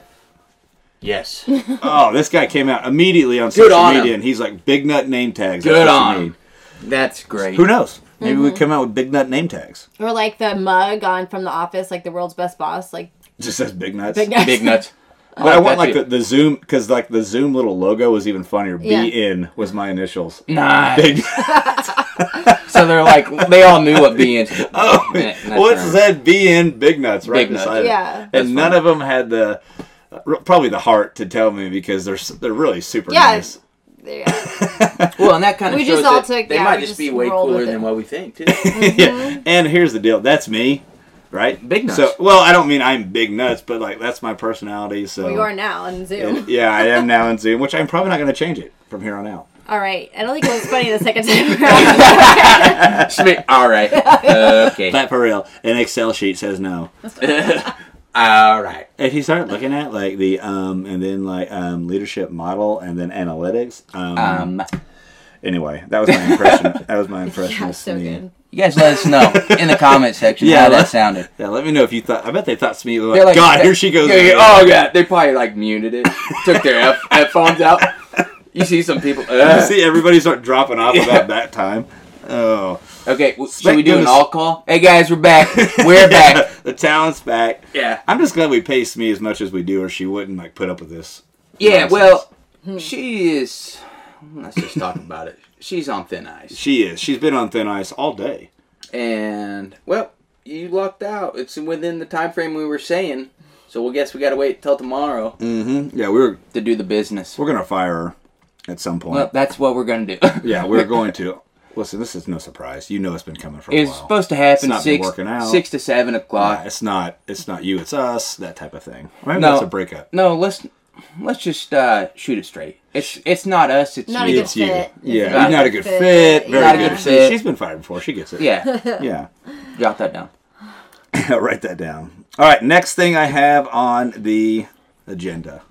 yes. Oh, this guy came out immediately on social on media him. and he's like, Big Nut name tags. Good that's what you on him. Mm-hmm. need." That's great. Who knows? Maybe we come out with Big Nut name tags. Or like the mug on from the office, like the world's best boss, like Just says Big Nuts. big nuts. Big (laughs) nuts. But I want that like too. the, the Zoom because like the Zoom little logo was even funnier. Yeah. BN was my initials. Nice. Big. (laughs) So they're like, they all knew what being. (laughs) (laughs) oh, Yeah, that's (laughs) what's right. said BN Big Nuts right Big Nuts. beside it. Yeah. That's and none of them had the uh, r- probably the heart to tell me because they're s- they're really super Yeah. nice. (laughs) Yeah. Well, and that kind of We shows just all that took- they yeah, might we just just be way rolled cooler with it. than what we think (laughs) too. (laughs) Mm-hmm. yeah. And here's the deal. That's me, right? Big Nuts. So well, I don't mean I'm Big Nuts, but like that's my personality. So We are now on Zoom. And- yeah, I am now in Zoom, which I'm probably not going to change it from here on out. All right. I don't think it was funny the second (laughs) time around. Smi- all (laughs) right. Okay. But for real, an Excel sheet says no. all right. If you start looking at like the um and then like um leadership model and then analytics um, Um, anyway that was my impression (laughs) that was my impression yeah, of so Smee. good. you guys let us know in the comment section Yeah, how that let's- sounded. yeah let me know if you thought I bet they thought Smee was They're like, like, God here she goes Yeah, yeah, oh god, they probably like muted it, took (laughs) their F- headphones out. You see some people. You Uh. see everybody start dropping off (laughs) Yeah. about that time oh Okay, w should we Thank do an goodness. all call? Hey guys, we're back. (laughs) (laughs) We're back. the talent's back Yeah. I'm just glad we pay Smee as much as we do or she wouldn't like put up with this Yeah. nonsense. Well, she is. Let's just talk about it. She's on thin ice. she is she's been on thin ice all day and well, you lucked out. It's within the time frame we were saying, so we'll guess we gotta wait till tomorrow mm-hmm yeah we were to do the business. we're gonna fire her at some point Well, that's what we're gonna do. Yeah, we're going to. (laughs) Listen, this is no surprise. You know it's been coming for a (laughs) It's while. supposed to It's happen not been six working out. six to seven o'clock. Yeah, it's not. It's not you. It's us. That type of thing. Maybe No. that's a breakup. No, let's let's just uh, shoot it straight. It's it's not us. It's Not a you. good It's you. fit. Yeah, It's you're not a good fit. Very Not a good fit. She's been fired before. She gets it. (laughs) (laughs) yeah, Yeah. jot that down. (laughs) Write that down. All right. Next thing I have on the agenda.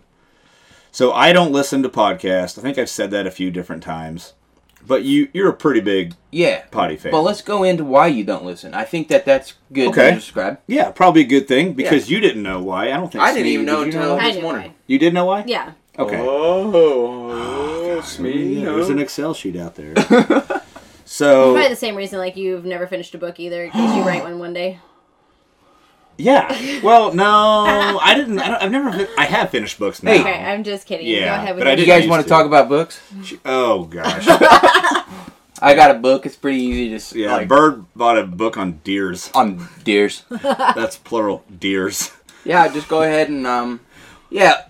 So I don't listen to podcasts. I think I've said that a few different times. But you, you're a pretty big Yeah, potty fan. but let's go into why you don't listen. I think that that's good Okay. to describe. yeah, probably a good thing because you didn't know why. I don't think I didn't Smee, even did know you until I this knew morning. You did know why? Yeah. Okay. Oh, Yeah, There's an Excel sheet out there. so Probably the same reason, like you've never finished a book either, in case you write one one day. (laughs) yeah, well, no, I didn't. I don't, I've never. fin- I have finished books now. Hey. Okay, I'm just kidding. Yeah, Go ahead with but I your- You didn't guys used want to to. talk about books? Oh (laughs) gosh, I got a book. It's pretty easy to yeah. yeah, like, Bird bought a book on deers. on deers. That's plural, deers. Yeah, just go ahead and um, yeah,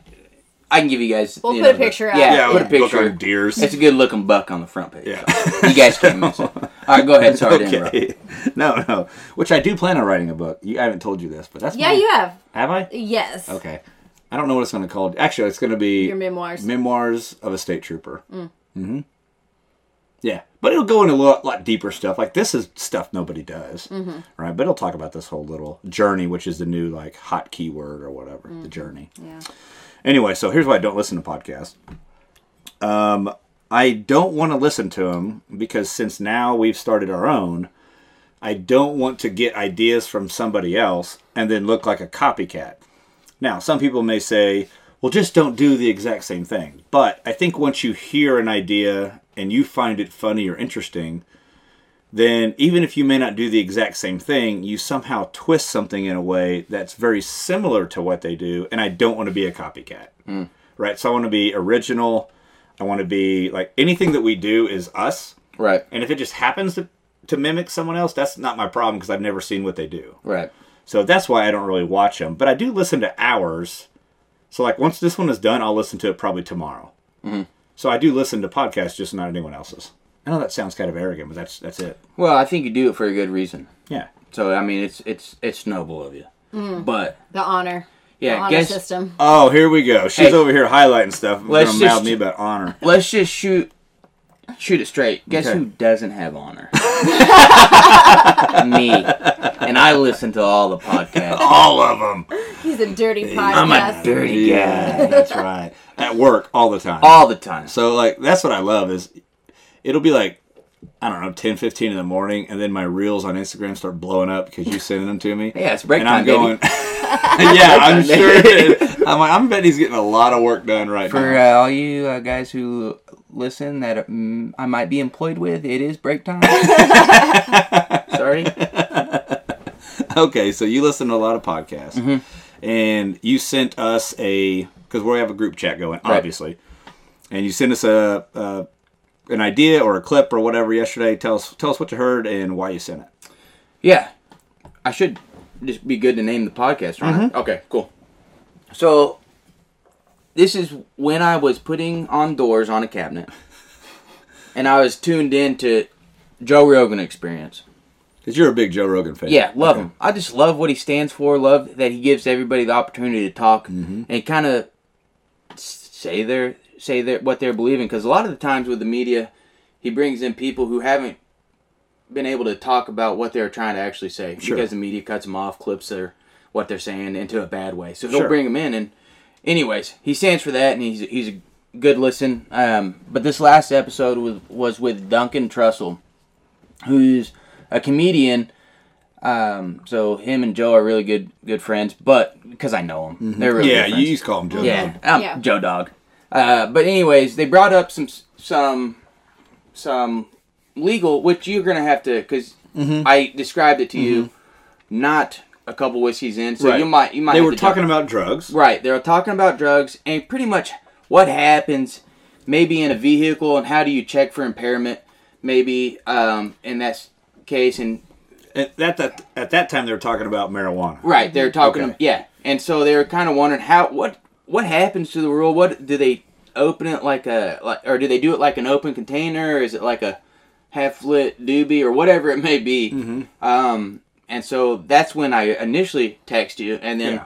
I can give you guys. We'll you put a know, the- picture up. Yeah, Yeah, (laughs) put a a book on picture. deers. It's a good looking buck on the front page. Yeah. so you guys (laughs) can't miss it. All right, go ahead. (laughs) Sorry to interrupt. okay. No, no. Which I do plan on writing a book. You, I haven't told you this, but that's Yeah, my- you have. have I? Yes. Okay. I don't know what it's going to call. Actually, it's going to be Your memoirs. Memoirs of a State Trooper. Mm. hmm Yeah, but it'll go into a lot, lot deeper stuff. Like this is stuff nobody does, Mm-hmm. right? But it'll talk about this whole little journey, which is the new like hot keyword or whatever. The journey. Mm-hmm. Yeah. Anyway, so here's why I don't listen to podcasts. Um, I don't want to listen to them because since now we've started our own, I don't want to get ideas from somebody else and then look like a copycat. Now, some people may say, well, just don't do the exact same thing. But I think once you hear an idea and you find it funny or interesting, then even if you may not do the exact same thing, you somehow twist something in a way that's very similar to what they do. And I don't want to be a copycat, right? So I want to be original. I want to be like anything that we do is us. Right, And if it just happens to, to mimic someone else, that's not my problem because I've never seen what they do. right. So that's why I don't really watch them. But I do listen to hours. So like once this one is done, I'll listen to it probably tomorrow. So I do listen to podcasts, just not anyone else's. I know that sounds kind of arrogant, but that's that's it. Well, I think you do it for a good reason. Yeah. So I mean, it's it's it's noble of you. But The honor. the yeah, honor guess system. Oh, here we go. She's Hey. over here highlighting stuff. Let's Let's gonna mouth just- me about honor. let's just shoot Shoot it straight. Guess Okay. who doesn't have honor? Me. And I listen to all the podcasts. All of them. He's a dirty podcast. dirty Yeah, that's right. At work all the time. All the time. So like that's what I love is it'll be like I don't know 10, 15 in the morning, and then my reels on Instagram start blowing up because you sending them to me. Yeah, it's break and I'm time, going. baby. (laughs) (laughs) yeah, I'm sure. It is. I'm like, I'm betting he's getting a lot of work done right For now. uh, all you uh, guys who listen that um, I might be employed with, it is break time. (laughs) Sorry. uh, Okay, so you listen to a lot of podcasts, Mm-hmm. and you sent us a because we have a group chat going, Right. obviously, and you sent us a, a an idea or a clip or whatever yesterday. Tell us tell us what you heard and why you sent it. Yeah. I should just be good to name the podcast, right? Okay, cool. So this is when I was putting on doors on a cabinet and I was tuned in to Joe Rogan experience. Because you're a big Joe Rogan fan. Yeah, love him. I just love what he stands for, love that he gives everybody the opportunity to talk Mm-hmm. and kind of say their say their what they're believing cuz a lot of the times with the media he brings in people who haven't been able to talk about what they're trying to actually say Sure. because the media cuts them off, clips their what they're saying into a bad way. So he'll Sure. bring them in, and anyways, he stands for that, and he's he's a good listen. Um, but this last episode was was with Duncan Trussell, who's a comedian. Um, so him and Joe are really good good friends, but because I know him, they're really Yeah, good you friends. used to call him Joe. Yeah, Rogan. I'm Yeah. Joe Dog. Uh, but anyways, they brought up some some some legal, which you're gonna have to because I described it to you, not a couple whiskeys in, so Right. you might you might They have were to jump- talking about drugs. Right. They were talking about drugs and pretty much what happens maybe in a vehicle and how do you check for impairment maybe um, in that s- case and At that, that at that time, they were talking about marijuana. right they were talking Okay. yeah and so they were kind of wondering how what what happens to the world what do they open it like a like or do they do it like an open container or is it like a half lit doobie or whatever it may be um, and so that's when i initially text you and then Yeah.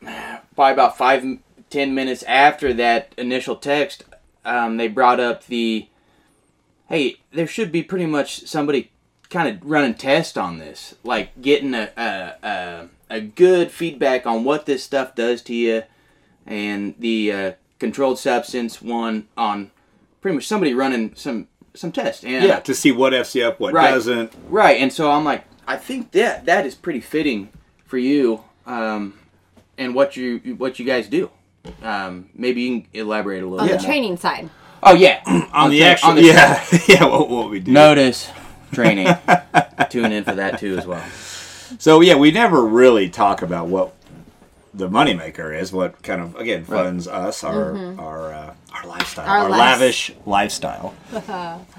probably about five ten minutes after that initial text um, they brought up the hey there should be pretty much somebody kind of running tests on this like getting a, a, a, a good feedback on what this stuff does to you and the uh, controlled substance one on pretty much somebody running some some tests and Yeah, to see what f's up, what Right. doesn't. Right, and so I'm like, I think that that is pretty fitting for you, um, and what you what you guys do. Um, maybe you can elaborate a little. on bit. the training side. Oh yeah, (clears throat) On the tra- actual, on the- yeah, (laughs) yeah, what, what we do. notice (laughs) training. Tune in for that too as well. So yeah, we never really talk about what the moneymaker is. What kind of again funds us our our uh, our lifestyle, Our our, lives. lavish lifestyle.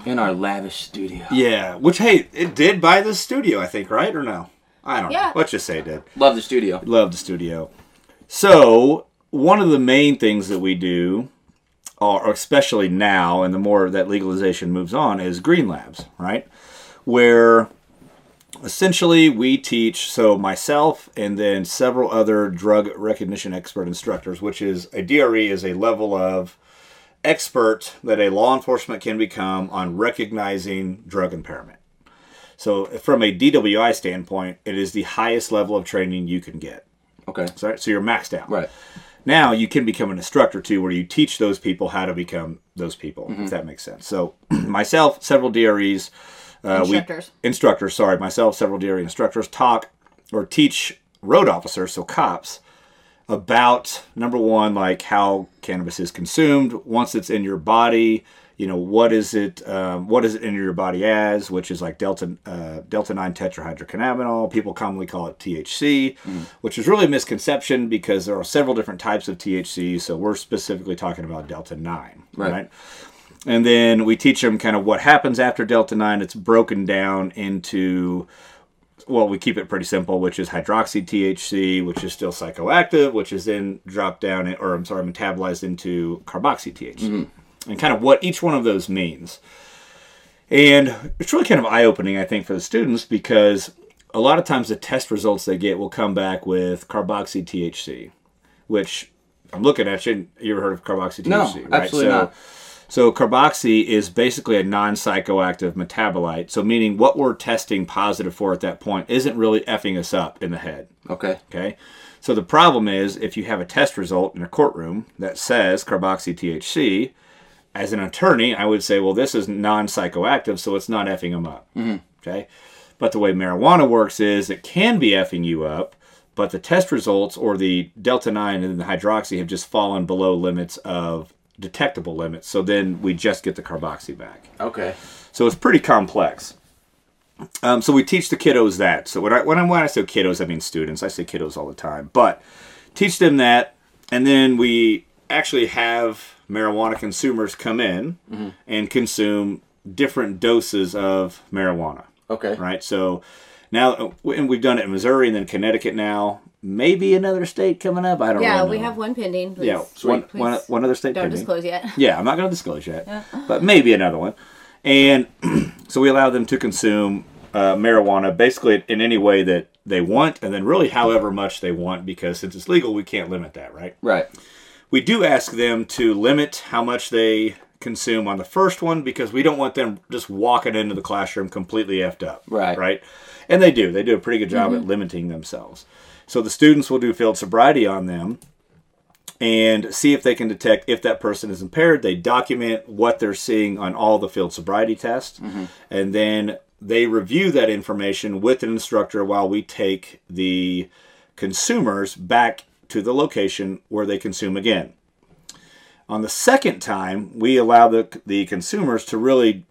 In our lavish studio, Yeah, which hey, it did buy the studio, I think, right or no? I don't Yeah. know. Let's just say it did. love the studio. Love the studio. So one of the main things that we do, or especially now, and the more that legalization moves on, is Green Labs, right? Where essentially we teach. So myself and then several other drug recognition expert instructors, which is a DRE, is a level of expert that a law enforcement can become on recognizing drug impairment. So from a DWI standpoint, it is the highest level of training you can get. Okay, So, so you're maxed out. right. Now you can become an instructor too, where you teach those people how to become those people, if that makes sense. So (clears throat) myself, several DREs, uh, we- Instructors. instructors, sorry, myself, several DRE instructors talk or teach road officers, so cops, about number one, like how cannabis is consumed once it's in your body. You know what is it? Um, what is it in your body as? Which is like delta uh, delta nine tetrahydrocannabinol. People commonly call it THC, which is really a misconception because there are several different types of THC. So we're specifically talking about delta nine, Right. right? And then we teach them kind of what happens after delta nine. It's broken down into well, we keep it pretty simple, which is hydroxy THC, which is still psychoactive, which is then dropped down, in, or I'm sorry, metabolized into carboxy THC, and kind of what each one of those means. And it's really kind of eye opening, I think, for the students because a lot of times the test results they get will come back with carboxy THC, which I'm looking at you. You ever heard of carboxy THC? No, absolutely not. So carboxy is basically a non-psychoactive metabolite. So meaning what we're testing positive for at that point isn't really effing us up in the head. Okay. Okay. So the problem is if you have a test result in a courtroom that says carboxy THC, as an attorney, I would say, well, this is non psychoactive, so it's not effing them up. Okay. But the way marijuana works is it can be effing you up, but the test results or the delta 9 and the hydroxy have just fallen below limits of detectable limits. So then we just get the carboxy back. Okay. So it's pretty complex. Um, so we teach the kiddos that. So when I, when I when I say kiddos, I mean students. I say kiddos all the time, but teach them that, and then we actually have marijuana consumers come in and consume different doses of marijuana. Okay. Right. So now, uh, and we've done it in Missouri and then Connecticut now. Maybe another state coming up. I don't Yeah, really know. we have one pending. Please. Yeah, one, Please one, one other state Don't pending. disclose yet. Yeah, I'm not going to disclose yet, but maybe another one. And (clears throat) so we allow them to consume uh, marijuana basically in any way that they want, and then really however much they want, because since it's legal, we can't limit that, right? Right. We do ask them to limit how much they consume on the first one because we don't want them just walking into the classroom completely effed up. Right. Right. And they do. They do a pretty good job at limiting themselves. So the students will do field sobriety on them and see if they can detect if that person is impaired. They document what they're seeing on all the field sobriety tests, and then they review that information with an instructor while we take the consumers back to the location where they consume again. On the second time, we allow the, the consumers to really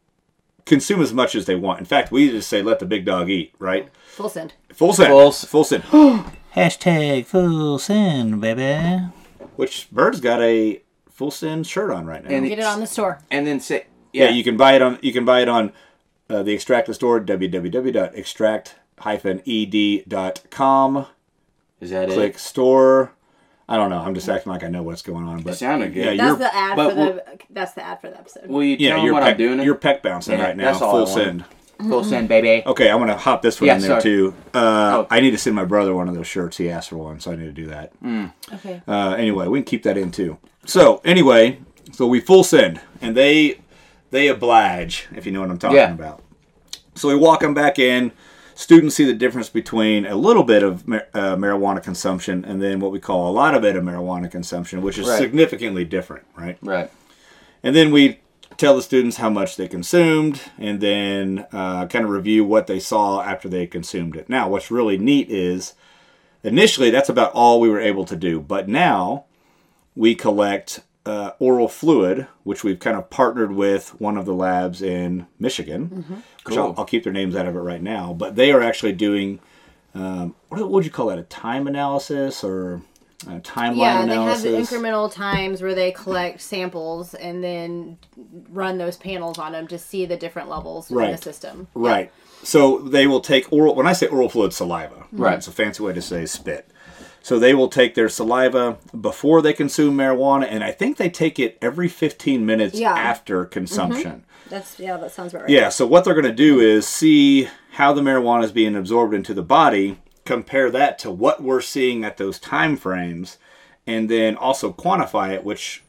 consume as much as they want. In fact, we just say, let the big dog eat, right? Full send. Full send. Full s- full send. (gasps) Hashtag full sin, baby. Which Bird's got a full send shirt on right now. And Get it on the store. And then say, yeah, you can buy it on you can buy it on uh, the Extract the store www.extract-ed.com. is that Click store. I don't know. I'm just acting like I know what's going on, but It sounded Yeah, good. That's you're, the ad but for the. That's the ad for the episode. Will you tell yeah, them you're what peck, I'm doing? you're peck bouncing Yeah, right now. that's all Full I send. wanted. full send, baby. Okay, I'm gonna hop this one Yeah, in there sorry. too. Uh, Oh. I need to send my brother one of those shirts. He asked for one, so I need to do that. Mm. okay. Uh, anyway, we can keep that in too. So anyway, so we full send, and they they oblige, if you know what I'm talking Yeah. about. So we walk them back in. Students see the difference between a little bit of mar- uh, marijuana consumption and then what we call a lot of it of marijuana consumption, which is Right. significantly different, right? Right. And then we tell the students how much they consumed and then uh, kind of review what they saw after they consumed it. Now, what's really neat is initially that's about all we were able to do, but now we collect uh, oral fluid, which we've kind of partnered with one of the labs in Michigan. Mm-hmm. Which I'll, Cool. I'll keep their names out of it right now, but they are actually doing. Um, what would you call that? A time analysis or a timeline Yeah, they have analysis? the incremental times where they collect samples and then run those panels on them to see the different levels in Right. the system. Right. So they will take oral. When I say oral fluid, saliva. Right. It's a fancy way to say spit. So they will take their saliva before they consume marijuana, and I think they take it every 15 minutes Yeah. Mm-hmm. after consumption. That's yeah, that sounds about right. Yeah. So what they're going to do is see how the marijuana is being absorbed into the body, compare that to what we're seeing at those time frames, and then also quantify it. Which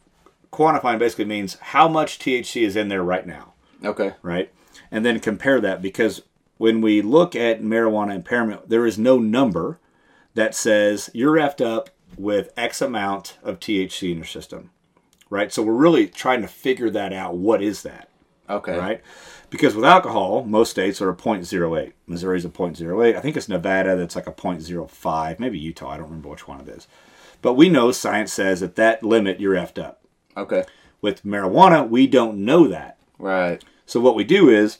quantifying basically means how much THC is in there right now Okay. right? And then compare that because when we look at marijuana impairment, there is no number that says you're effed up with X amount of THC in your system, right? So we're really trying to figure that out. What is that, Okay. right? Because with alcohol, most states are a 0.08. Missouri's a 0.08. I think it's Nevada that's like a 0.05, maybe Utah. I don't remember which one it is. But we know science says at that limit, you're effed up. Okay. With marijuana, we don't know that. Right. So what we do is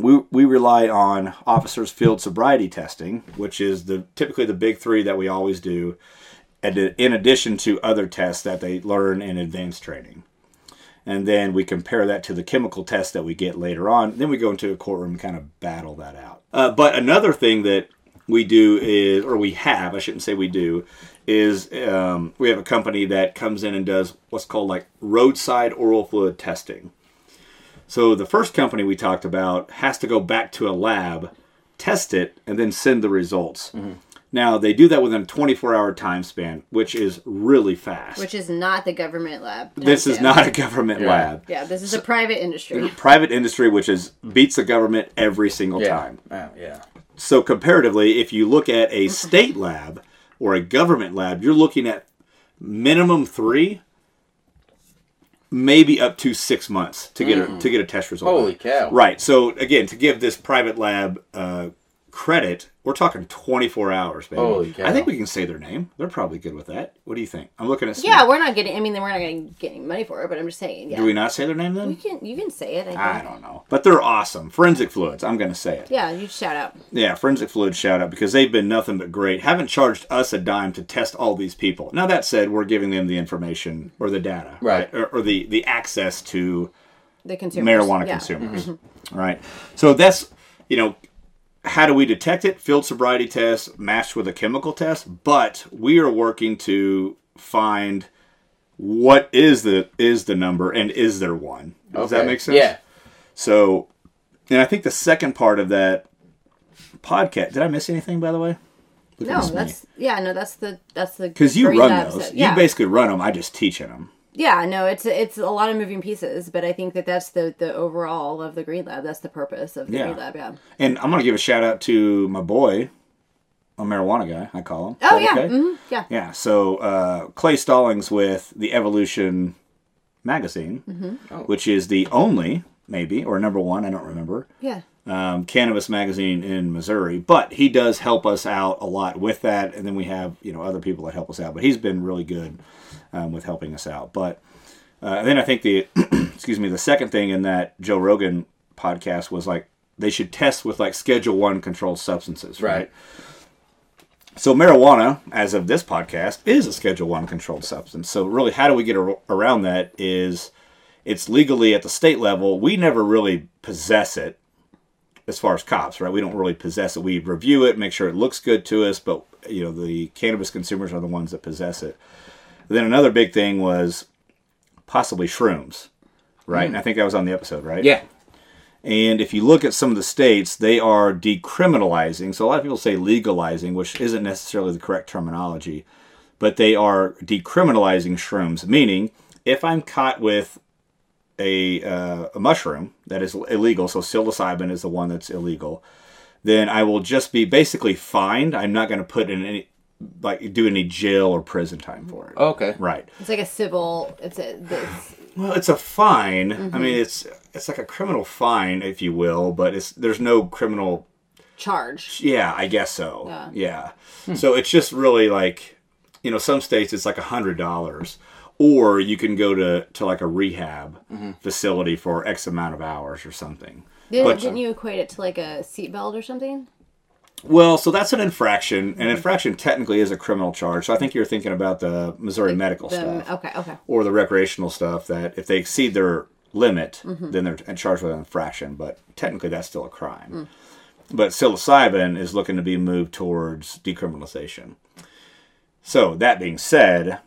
we we rely on officers' field sobriety testing, which is the typically the big three that we always do, and i- in addition to other tests that they learn in advanced training. And then we compare that to the chemical test that we get later on. Then we go into a courtroom and kind of battle that out. Uh, but another thing that we do is, or we have, I shouldn't say we do, is um, we have a company that comes in and does what's called like roadside oral fluid testing. So the first company we talked about has to go back to a lab, test it, and then send the results. Now they do that within a 24-hour time span, which is really fast. which is not the government lab. this is Yeah. not a government lab. Yeah, this is a private industry. Private industry, which is beats the government every single Yeah. time. Uh, yeah. So comparatively, if you look at (laughs) a state lab or a government lab, you're looking at minimum three, maybe up to six months to get a, to get a test result. Mm. Holy cow. Right. So again, to give this private lab uh, credit, we're talking 24 hours, baby. Holy cow. I think we can say their name. They're probably good with that. What do you think? I'm looking at. Steve. Yeah, we're not getting. I mean, we're not going to get any money for it, but I'm just saying. Yeah, Do we not say their name you then? can you can say it. I, think. I don't know, but they're awesome. Forensic Fluids. I'm gonna say it. Yeah, you shout out. Yeah, Forensic Fluid shout out because they've been nothing but great. Haven't charged us a dime to test all these people. Now that said, we're giving them the information or the data, Right. or, or the the access to The consumer marijuana consumers, right? So that's you know, how do we detect it? Field sobriety test matched with a chemical test, but we are working to find what is the is the number and is there one? Does that Okay. make sense? Yeah. So, and I think the second part of that podcast. Did I miss anything, by the way? Look at No, this me. that's yeah, no, that's the that's the because you phrase run that those. episode. Yeah. You basically run them. I just teach in them. yeah, no, it's it's a lot of moving pieces, but I think that that's the the overall of the Green Lab. That's the purpose of the Yeah. Green Lab. Yeah. And I'm gonna give a shout out to my boy, a marijuana guy. I call him. Is Oh that yeah, okay? hmm yeah, Yeah. So uh, Clay Stallings with the Evolution magazine, Mm-hmm. which is the only maybe or number one. I don't remember. yeah. um, cannabis magazine in Missouri, but he does help us out a lot with that. And then we have you know other people that help us out, but he's been really good um, with helping us out. But uh, and then I think the (clears throat) excuse me the second thing in that Joe Rogan podcast was like they should test with like Schedule One controlled substances, right? Right. So marijuana, as of this podcast, is a Schedule One controlled substance. So really, how do we get ar- around that? Is it's legally at the state level. We never really possess it as far as cops, right? We don't really possess it. We review it, make sure it looks good to us, but you know, the cannabis consumers are the ones that possess it. then another big thing was possibly shrooms, right? And I think that was on the episode, right? Yeah. And if you look at some of the states, they are decriminalizing. So a lot of people say legalizing, which isn't necessarily the correct terminology, but they are decriminalizing shrooms, meaning if I'm caught with a, uh, a mushroom that is illegal, so psilocybin is the one that's illegal, then I will just be basically fined. I'm not going to put in any, like, do any jail or prison time for it. Okay. Right. It's like a civil. It's a. It's, Well, it's a fine. I mean, it's it's like a criminal fine, if you will, but it's there's no criminal charge. Yeah, I guess so. Yeah. Yeah. So it's just really like, you know, some states it's like a hundred dollars, or you can go to to like a rehab facility for X amount of hours or something. Didn't, But- didn't you equate it to like a seatbelt or something? Well, so that's an infraction. An infraction technically is a criminal charge. So I think you're thinking about the Missouri medical The, stuff okay, okay. or the recreational stuff that if they exceed their limit, then they're charged with an infraction. But technically, that's still a crime. Mm. But psilocybin is looking to be moved towards decriminalization. So that being said,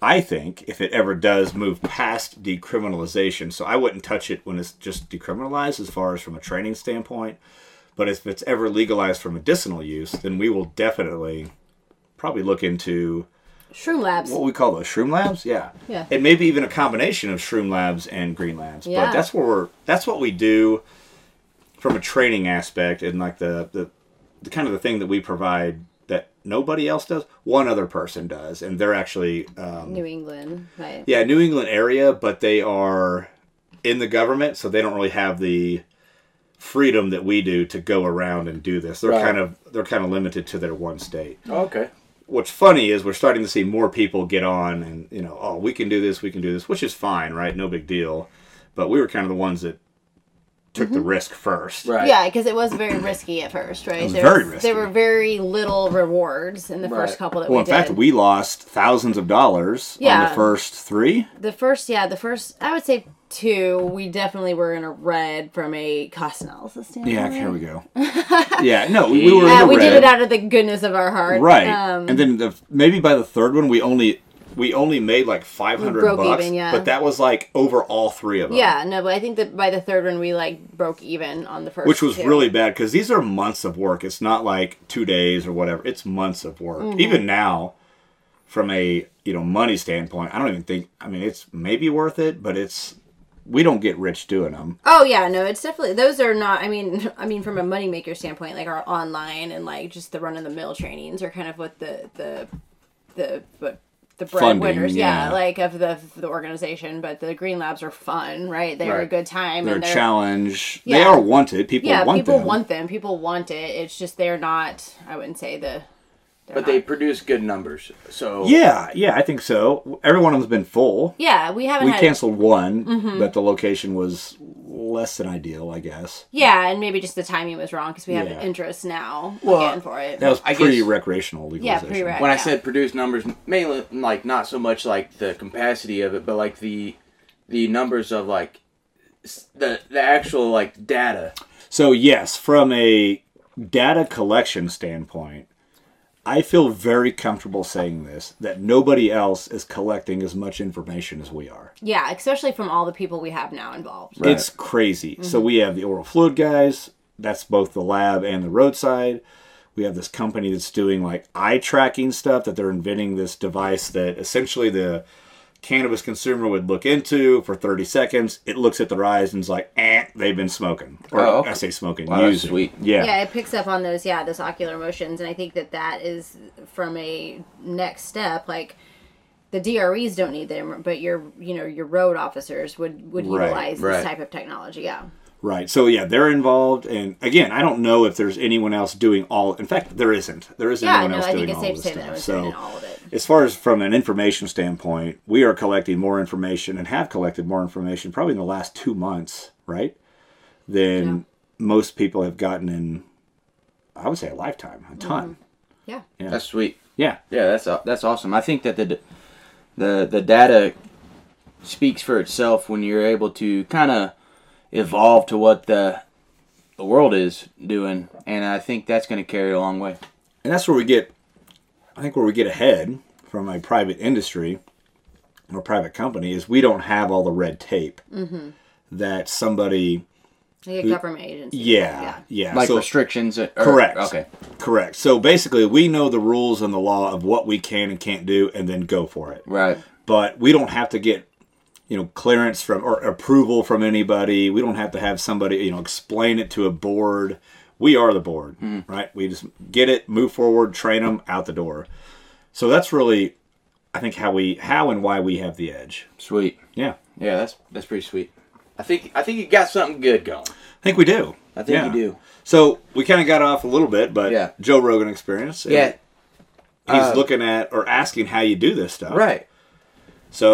I think if it ever does move past decriminalization, so I wouldn't touch it when it's just decriminalized as far as from a training standpoint. But if it's ever legalized for medicinal use, then we will definitely probably look into Shroom Labs. what we call those shroom labs yeah Yeah. and maybe even a combination of shroom labs and green labs Yeah. but that's where we're that's what we do from a training aspect and like the, the the kind of the thing that we provide that nobody else does one other person does and they're actually um, New England, right? yeah new england area but they are in the government so they don't really have the freedom that we do to go around and do this they're Right. kind of they're kind of limited to their one state Okay. what's funny is we're starting to see more people get on and you know oh we can do this we can do this which is fine right no big deal but we were kind of the ones that took the risk first Right. Yeah, because it was very risky at first, right? was there very was- risky. There were very little rewards in the first Right. couple that well we in did. fact we lost thousands of dollars on Yeah. the first three the first, yeah, the first, I would say two, we definitely were in a red from a cost analysis standpoint. yeah here we (laughs) go yeah no we, we were in Uh, the we red. did it out of the goodness of our heart, right Um, and then the, maybe by the third one we only we only made like 500 Broke bucks, even, yeah. but that was like over all three of them. Yeah, no, but I think that by the third one we like broke even on the first, Which was two. really bad because these are months of work. It's not like two days or whatever. It's months of work. Mm-hmm. Even now, from a you know money standpoint, I don't even think. I mean, it's maybe worth it, but it's we don't get rich doing them. Oh yeah, no, it's definitely those are not. I mean, (laughs) I mean from a moneymaker standpoint, like our online and like just the run of the mill trainings are kind of what the the the but the Funding, breadwinners, yeah. yeah. like of the of the organization. But the green labs are fun, right? They're a Right. good time. They're a and they're, challenge. They Yeah. are wanted. People Yeah, want people them. want them. People want it. It's just they're not. I wouldn't say the. they're but they not- produce good numbers. So yeah, yeah, I think so. Every one of them's been full. Yeah, Mm-hmm. we haven't. We had, canceled one, but the location was less than ideal, I guess. Yeah, and maybe just the timing was wrong because we have Yeah. interest now Well, again for it. That was I guess- pre-recreational legalization. pre-rec. when I Yeah. said produce numbers, mainly like not so much like the capacity of it, but like the the numbers of like s- the the actual like data. So yes, from a data collection standpoint, I feel very comfortable saying this that nobody else is collecting as much information as we are. yeah, especially from all the people we have now involved. Right. It's crazy. So we have the oral fluid guys, that's both the lab and the roadside. We have this company that's doing like eye tracking stuff that they're inventing this device that essentially the cannabis consumer would look into for 30 seconds. It looks at their eyes and is like, eh, they've been smoking. Or Oh, okay. I say smoking, Wow, that's using. sweet. Yeah. Yeah, it picks up on those. Yeah, those ocular motions, and I think that that is from a next step. Like the DREs don't need them, but your you know your road officers would would Right, utilize right. this type of technology. Yeah, Right. So yeah, they're involved, and again, I don't know if there's anyone else doing all. In fact, there isn't. There isn't yeah. anyone No, else I doing think it's all safe to this say that I stuff. was So doing all of it. as far as from an information standpoint, we are collecting more information and have collected more information probably in the last two months, right? Than most people have gotten in. I would say a lifetime, a ton. Mm-hmm. Yeah, That's sweet. Yeah. Yeah, that's aw- that's awesome. I think that the d- the the data speaks for itself when you're able to kind of evolve to what the the world is doing, and I think that's going to carry a long way. and that's where we get i think where we get ahead from a private industry or private company is we don't have all the red tape that somebody like a government agency. yeah yeah, Like so restrictions. uh, Or, correct Okay. correct so basically we know the rules and the law of what we can and can't do and then go for it Right. but we don't have to get you know clearance from or approval from anybody we don't have to have somebody you know explain it to a board we are the board Hmm. right we just get it move forward train them out the door so that's really i think how we how and why we have the edge Sweet. yeah Yeah, that's that's pretty sweet. I think I think you got something good going. i think we do I think Yeah. you do. so we kind of got off a little bit but Yeah. joe rogan experience and Yeah. uh, he's looking at or asking how you do this stuff Right. so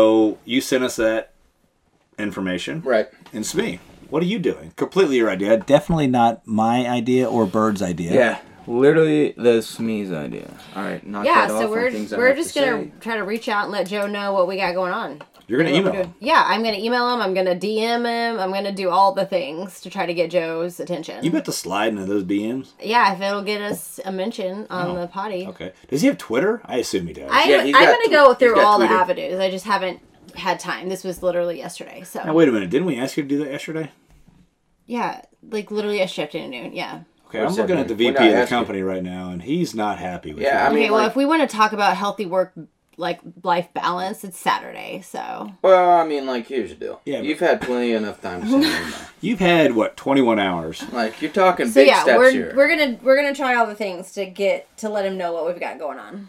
you sent us that information Right. and Smee, what are you doing completely your idea Definitely not my idea or Bird's idea. Yeah. Literally the sneeze idea. All right. Knock Yeah, that off so on we're things I we're have to just gonna say. try to reach out and let Joe know what we got going on. You're gonna What we're email doing. him. Yeah, I'm gonna email him. I'm gonna DM him. I'm gonna do all the things to try to get Joe's attention. You bet to slide into those DMs. Yeah, if it'll get us a mention on the potty. Okay. Does he have Twitter? I assume he does. I, Oh, Yeah, I'm he's got gonna tw- go he's through got all the Twitter. avenues. I just haven't had time. This was literally yesterday. So now wait a minute. Didn't we ask you to do that yesterday? yeah, like literally yesterday afternoon. Yeah. Okay. What's I'm looking that at the mean? VP We're not of the asking. company right now, and he's not happy with Yeah, I you. mean, Okay. Well, like- if we want to talk about healthy work, like life balance, it's Saturday. So Well, I mean, like, here's the deal. Yeah, but- You've had plenty enough time (laughs) to say that. You've had what 21 hours. Like, you're talking so big yeah, steps we're here. we're gonna we're gonna try all the things to get to let him know what we've got going on.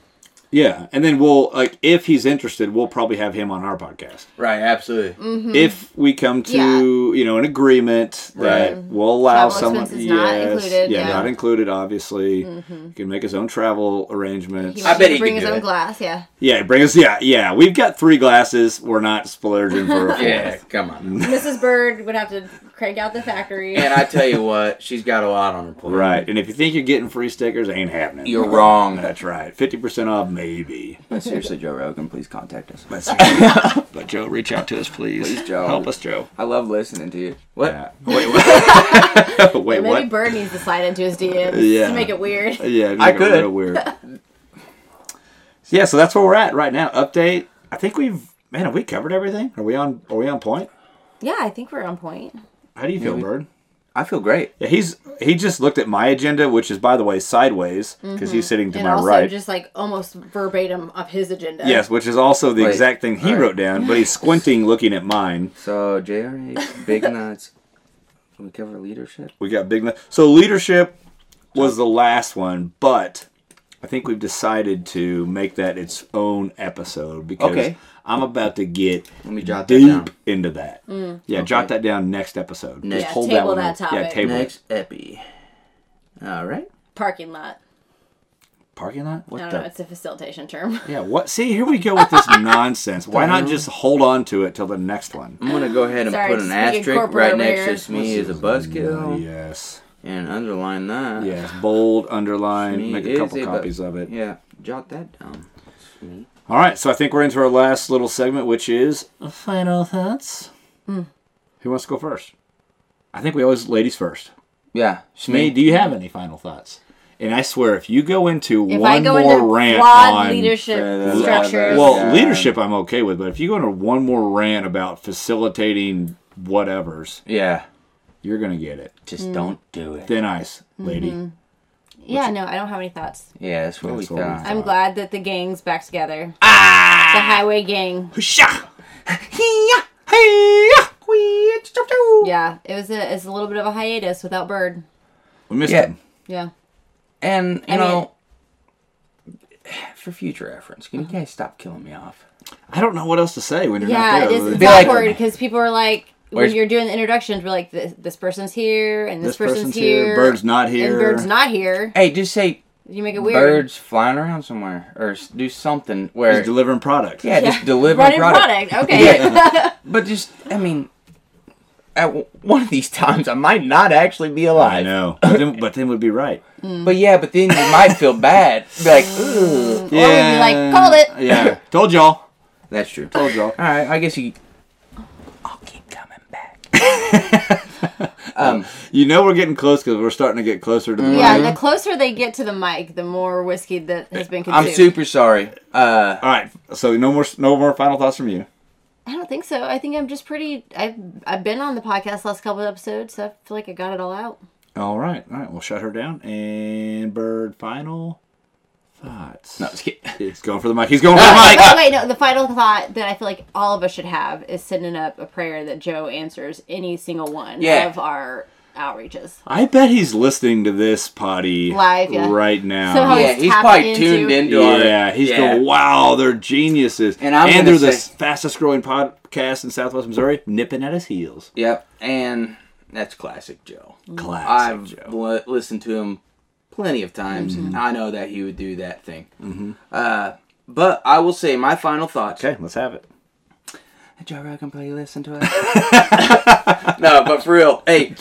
Yeah, and then we'll like if he's interested, we'll probably have him on our podcast. right, absolutely. Mm. If we come to Mm-hmm. Yeah. you know an agreement that Right. we'll allow Travel someone, expenses not included, yeah, yeah. Mm-hmm. not included, obviously, he can make his own travel arrangements. He I wants bet you he to bring can his do own it. glass. Yeah. Yeah, bring us. Yeah, yeah. We've got three glasses. We're not splurging (laughs) for a fourth. Yeah, (laughs) come on. Mrs. Bird would have to crank out the factory. and I tell you what, she's got a lot on her plate. Right. And if you think you're getting free stickers, ain't happening. (laughs) You're wrong. That's right. Fifty percent off, maybe. But (laughs) seriously, Joe Rogan, please contact us. (laughs) But, but Joe, reach out to us, please. Please, Joe. Help us, Joe. I love listening to you. What? Yeah. (laughs) Wait, what? Wait, Maybe what? Bird needs to slide into his DMs Yeah. to make it (laughs) weird. yeah, I make it (laughs) could. real weird. yeah, so that's where we're at right now. Update. I think we've man, have we covered everything? Are we on? Are we on point? Yeah, I think we're on point. How do you feel, Bird? I feel great. Yeah, he's he just looked at my agenda, which is by the way sideways because he's sitting to Mm-hmm. And my also right. just like almost verbatim of his agenda. Yes, which is also the Wait, exact thing he alright. wrote down, but he's squinting looking at mine. So JRA, big nuts. Can we cover leadership? We got big. nu- So leadership was the last one, but I think we've decided to make that its own episode because Okay. I'm about to get Let me jot that deep down. into that. Yeah, jot that down next episode. Next. Just Yeah, hold Mm. table that one. that on. Yeah, topic. table it. Next epi. All right. Parking lot. parking lot. What I don't the? know. It's a (laughs) facilitation term. yeah. What? See, here we go with (laughs) this nonsense. Why not just hold on to it till the next one? I'm gonna go ahead and Sorry, put just an making asterisk corporate right over next here. to me is a buzzkill Yes. and underline that. Yes. Bold underline. Me make a is couple bu- copies of it. Yeah, jot that down. All right, so I think we're into our last little segment, which is final thoughts. Hmm. Who wants to go first? I think we always ladies first. Yeah, Shmi, do you have any final thoughts? And I swear, if you go into If one I go more into rant flawed on leadership Uh, structures, well, Yeah. leadership, I'm okay with, but if you go into one more rant about facilitating whatever's, Yeah, you're gonna get it. Mm. just don't do it. Thin ice, lady. yeah, no, I don't have any thoughts. Yeah, that's what That's we what we (laughs) thought. I'm glad that the gang's back together. Ah! The highway gang. Husha! Hee-yah! Hee-yah! Quit! Chop, chop. Yeah, it was a it's a little bit of a hiatus without Bird. We missed Yeah. him. Yeah. And you I mean- know, for future reference, can you Uh-huh. guys stop killing me off? I don't know what else to say when you're Yeah, not it there. is it's Be like- awkward because people are like, when Where's- you're doing the introductions, we're like, this, this person's here, and this, person's, here, Bird's not here. and Bird's not here. Hey, just say You make it weird. (laughs) birds flying around somewhere, or s- do something where He's delivering product. yeah, Yeah. just deliver Running product. product. Okay. (laughs) But just, I mean, at w- one of these times, I might not actually be alive. I know. But then, but then would be right. But yeah, but then you might feel (laughs) bad. Be like, ooh. we'd be like, "Called it." Yeah. Told y'all. That's true. All Told y'all. right, I guess you. I'll keep coming back. You know we're getting close because we're starting to get closer to Mm, the yeah, mic. the closer they get to the mic, the more whiskey that has been consumed. I'm super sorry. Uh, All right. So no more no more final thoughts from you. I don't think so. I think I'm just pretty. I've I've been on the podcast last couple of episodes, so I feel like I got it all out. All right. All right. We'll shut her down. And Bird, final thoughts. no, just kidding. He's going for the mic. He's going for the (laughs) mic. Wait, wait, no. The final thought that I feel like all of us should have is sending up a prayer that Joe answers any single one Yeah. of our outreaches. I bet he's listening to this potty Live, yeah. right now. Somehow Yeah, He's he's tapped probably into- tuned into our. Yeah, he's going, wow, they're geniuses. And And, I'm gonna they're the say- fastest growing podcast in Southwest Missouri, nipping at his heels. Yep, and that's classic Joe. Mm-hmm. I've Classic Joe. li- listened to him plenty of times. I know that he would do that thing. Mm-hmm. Uh, but I will say my final thoughts. Okay, let's have it. Joe Rogan, please listen to it. (laughs) no, but for real. (laughs) Hey,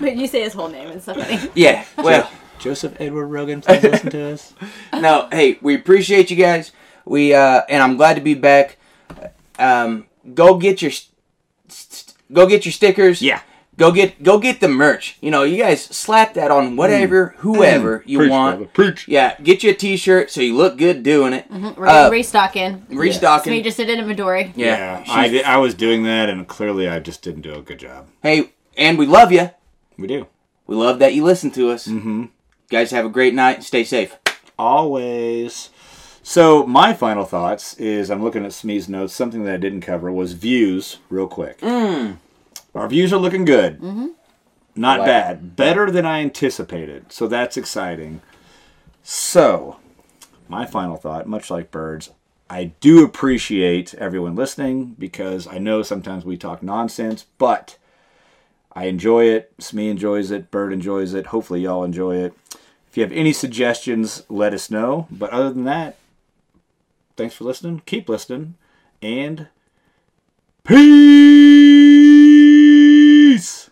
But you say his whole name and stuff. funny. yeah. Well, Joseph Edward Rogan, please listen to (laughs) us. no. Hey, we appreciate you guys. We uh, and I'm glad to be back. Um, go get your, st- st- go get your stickers. Yeah. Go get go get the merch. You know, you guys slap that on whatever, whoever you want. Preach. Yeah, get you a T-shirt so you look good doing it. We're Uh, restocking. Restocking. We just did inventory. yeah. Yeah, I, did, I was doing that, and clearly I just didn't do a good job. Hey, and we love you. We do. We love that you listen to us. Mm-hmm. Guys, have a great night. Stay safe. Always. So, my final thoughts is I'm looking at Smee's notes. Something that I didn't cover was views, real quick. Our views are looking good. Mm-hmm. Not like bad. Better than I anticipated. So, that's exciting. So, my final thought, much like birds, I do appreciate everyone listening because I know sometimes we talk nonsense, but I enjoy it. Smee enjoys it. Bird enjoys it. Hopefully, y'all enjoy it. If you have any suggestions, let us know. But other than that, thanks for listening. Keep listening. And peace.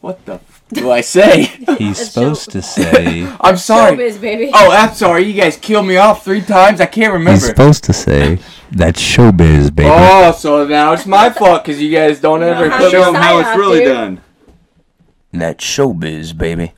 What the f- do I say? (laughs) He's supposed to say. I'm sorry. Showbiz, baby. Oh, I'm sorry. You guys killed me off three times. I can't He's remember. supposed to say that's showbiz, baby. Oh, so now it's my fault because you guys don't ever how put do me you on. Show them how Sign it's off, really dude. done. That showbiz, baby.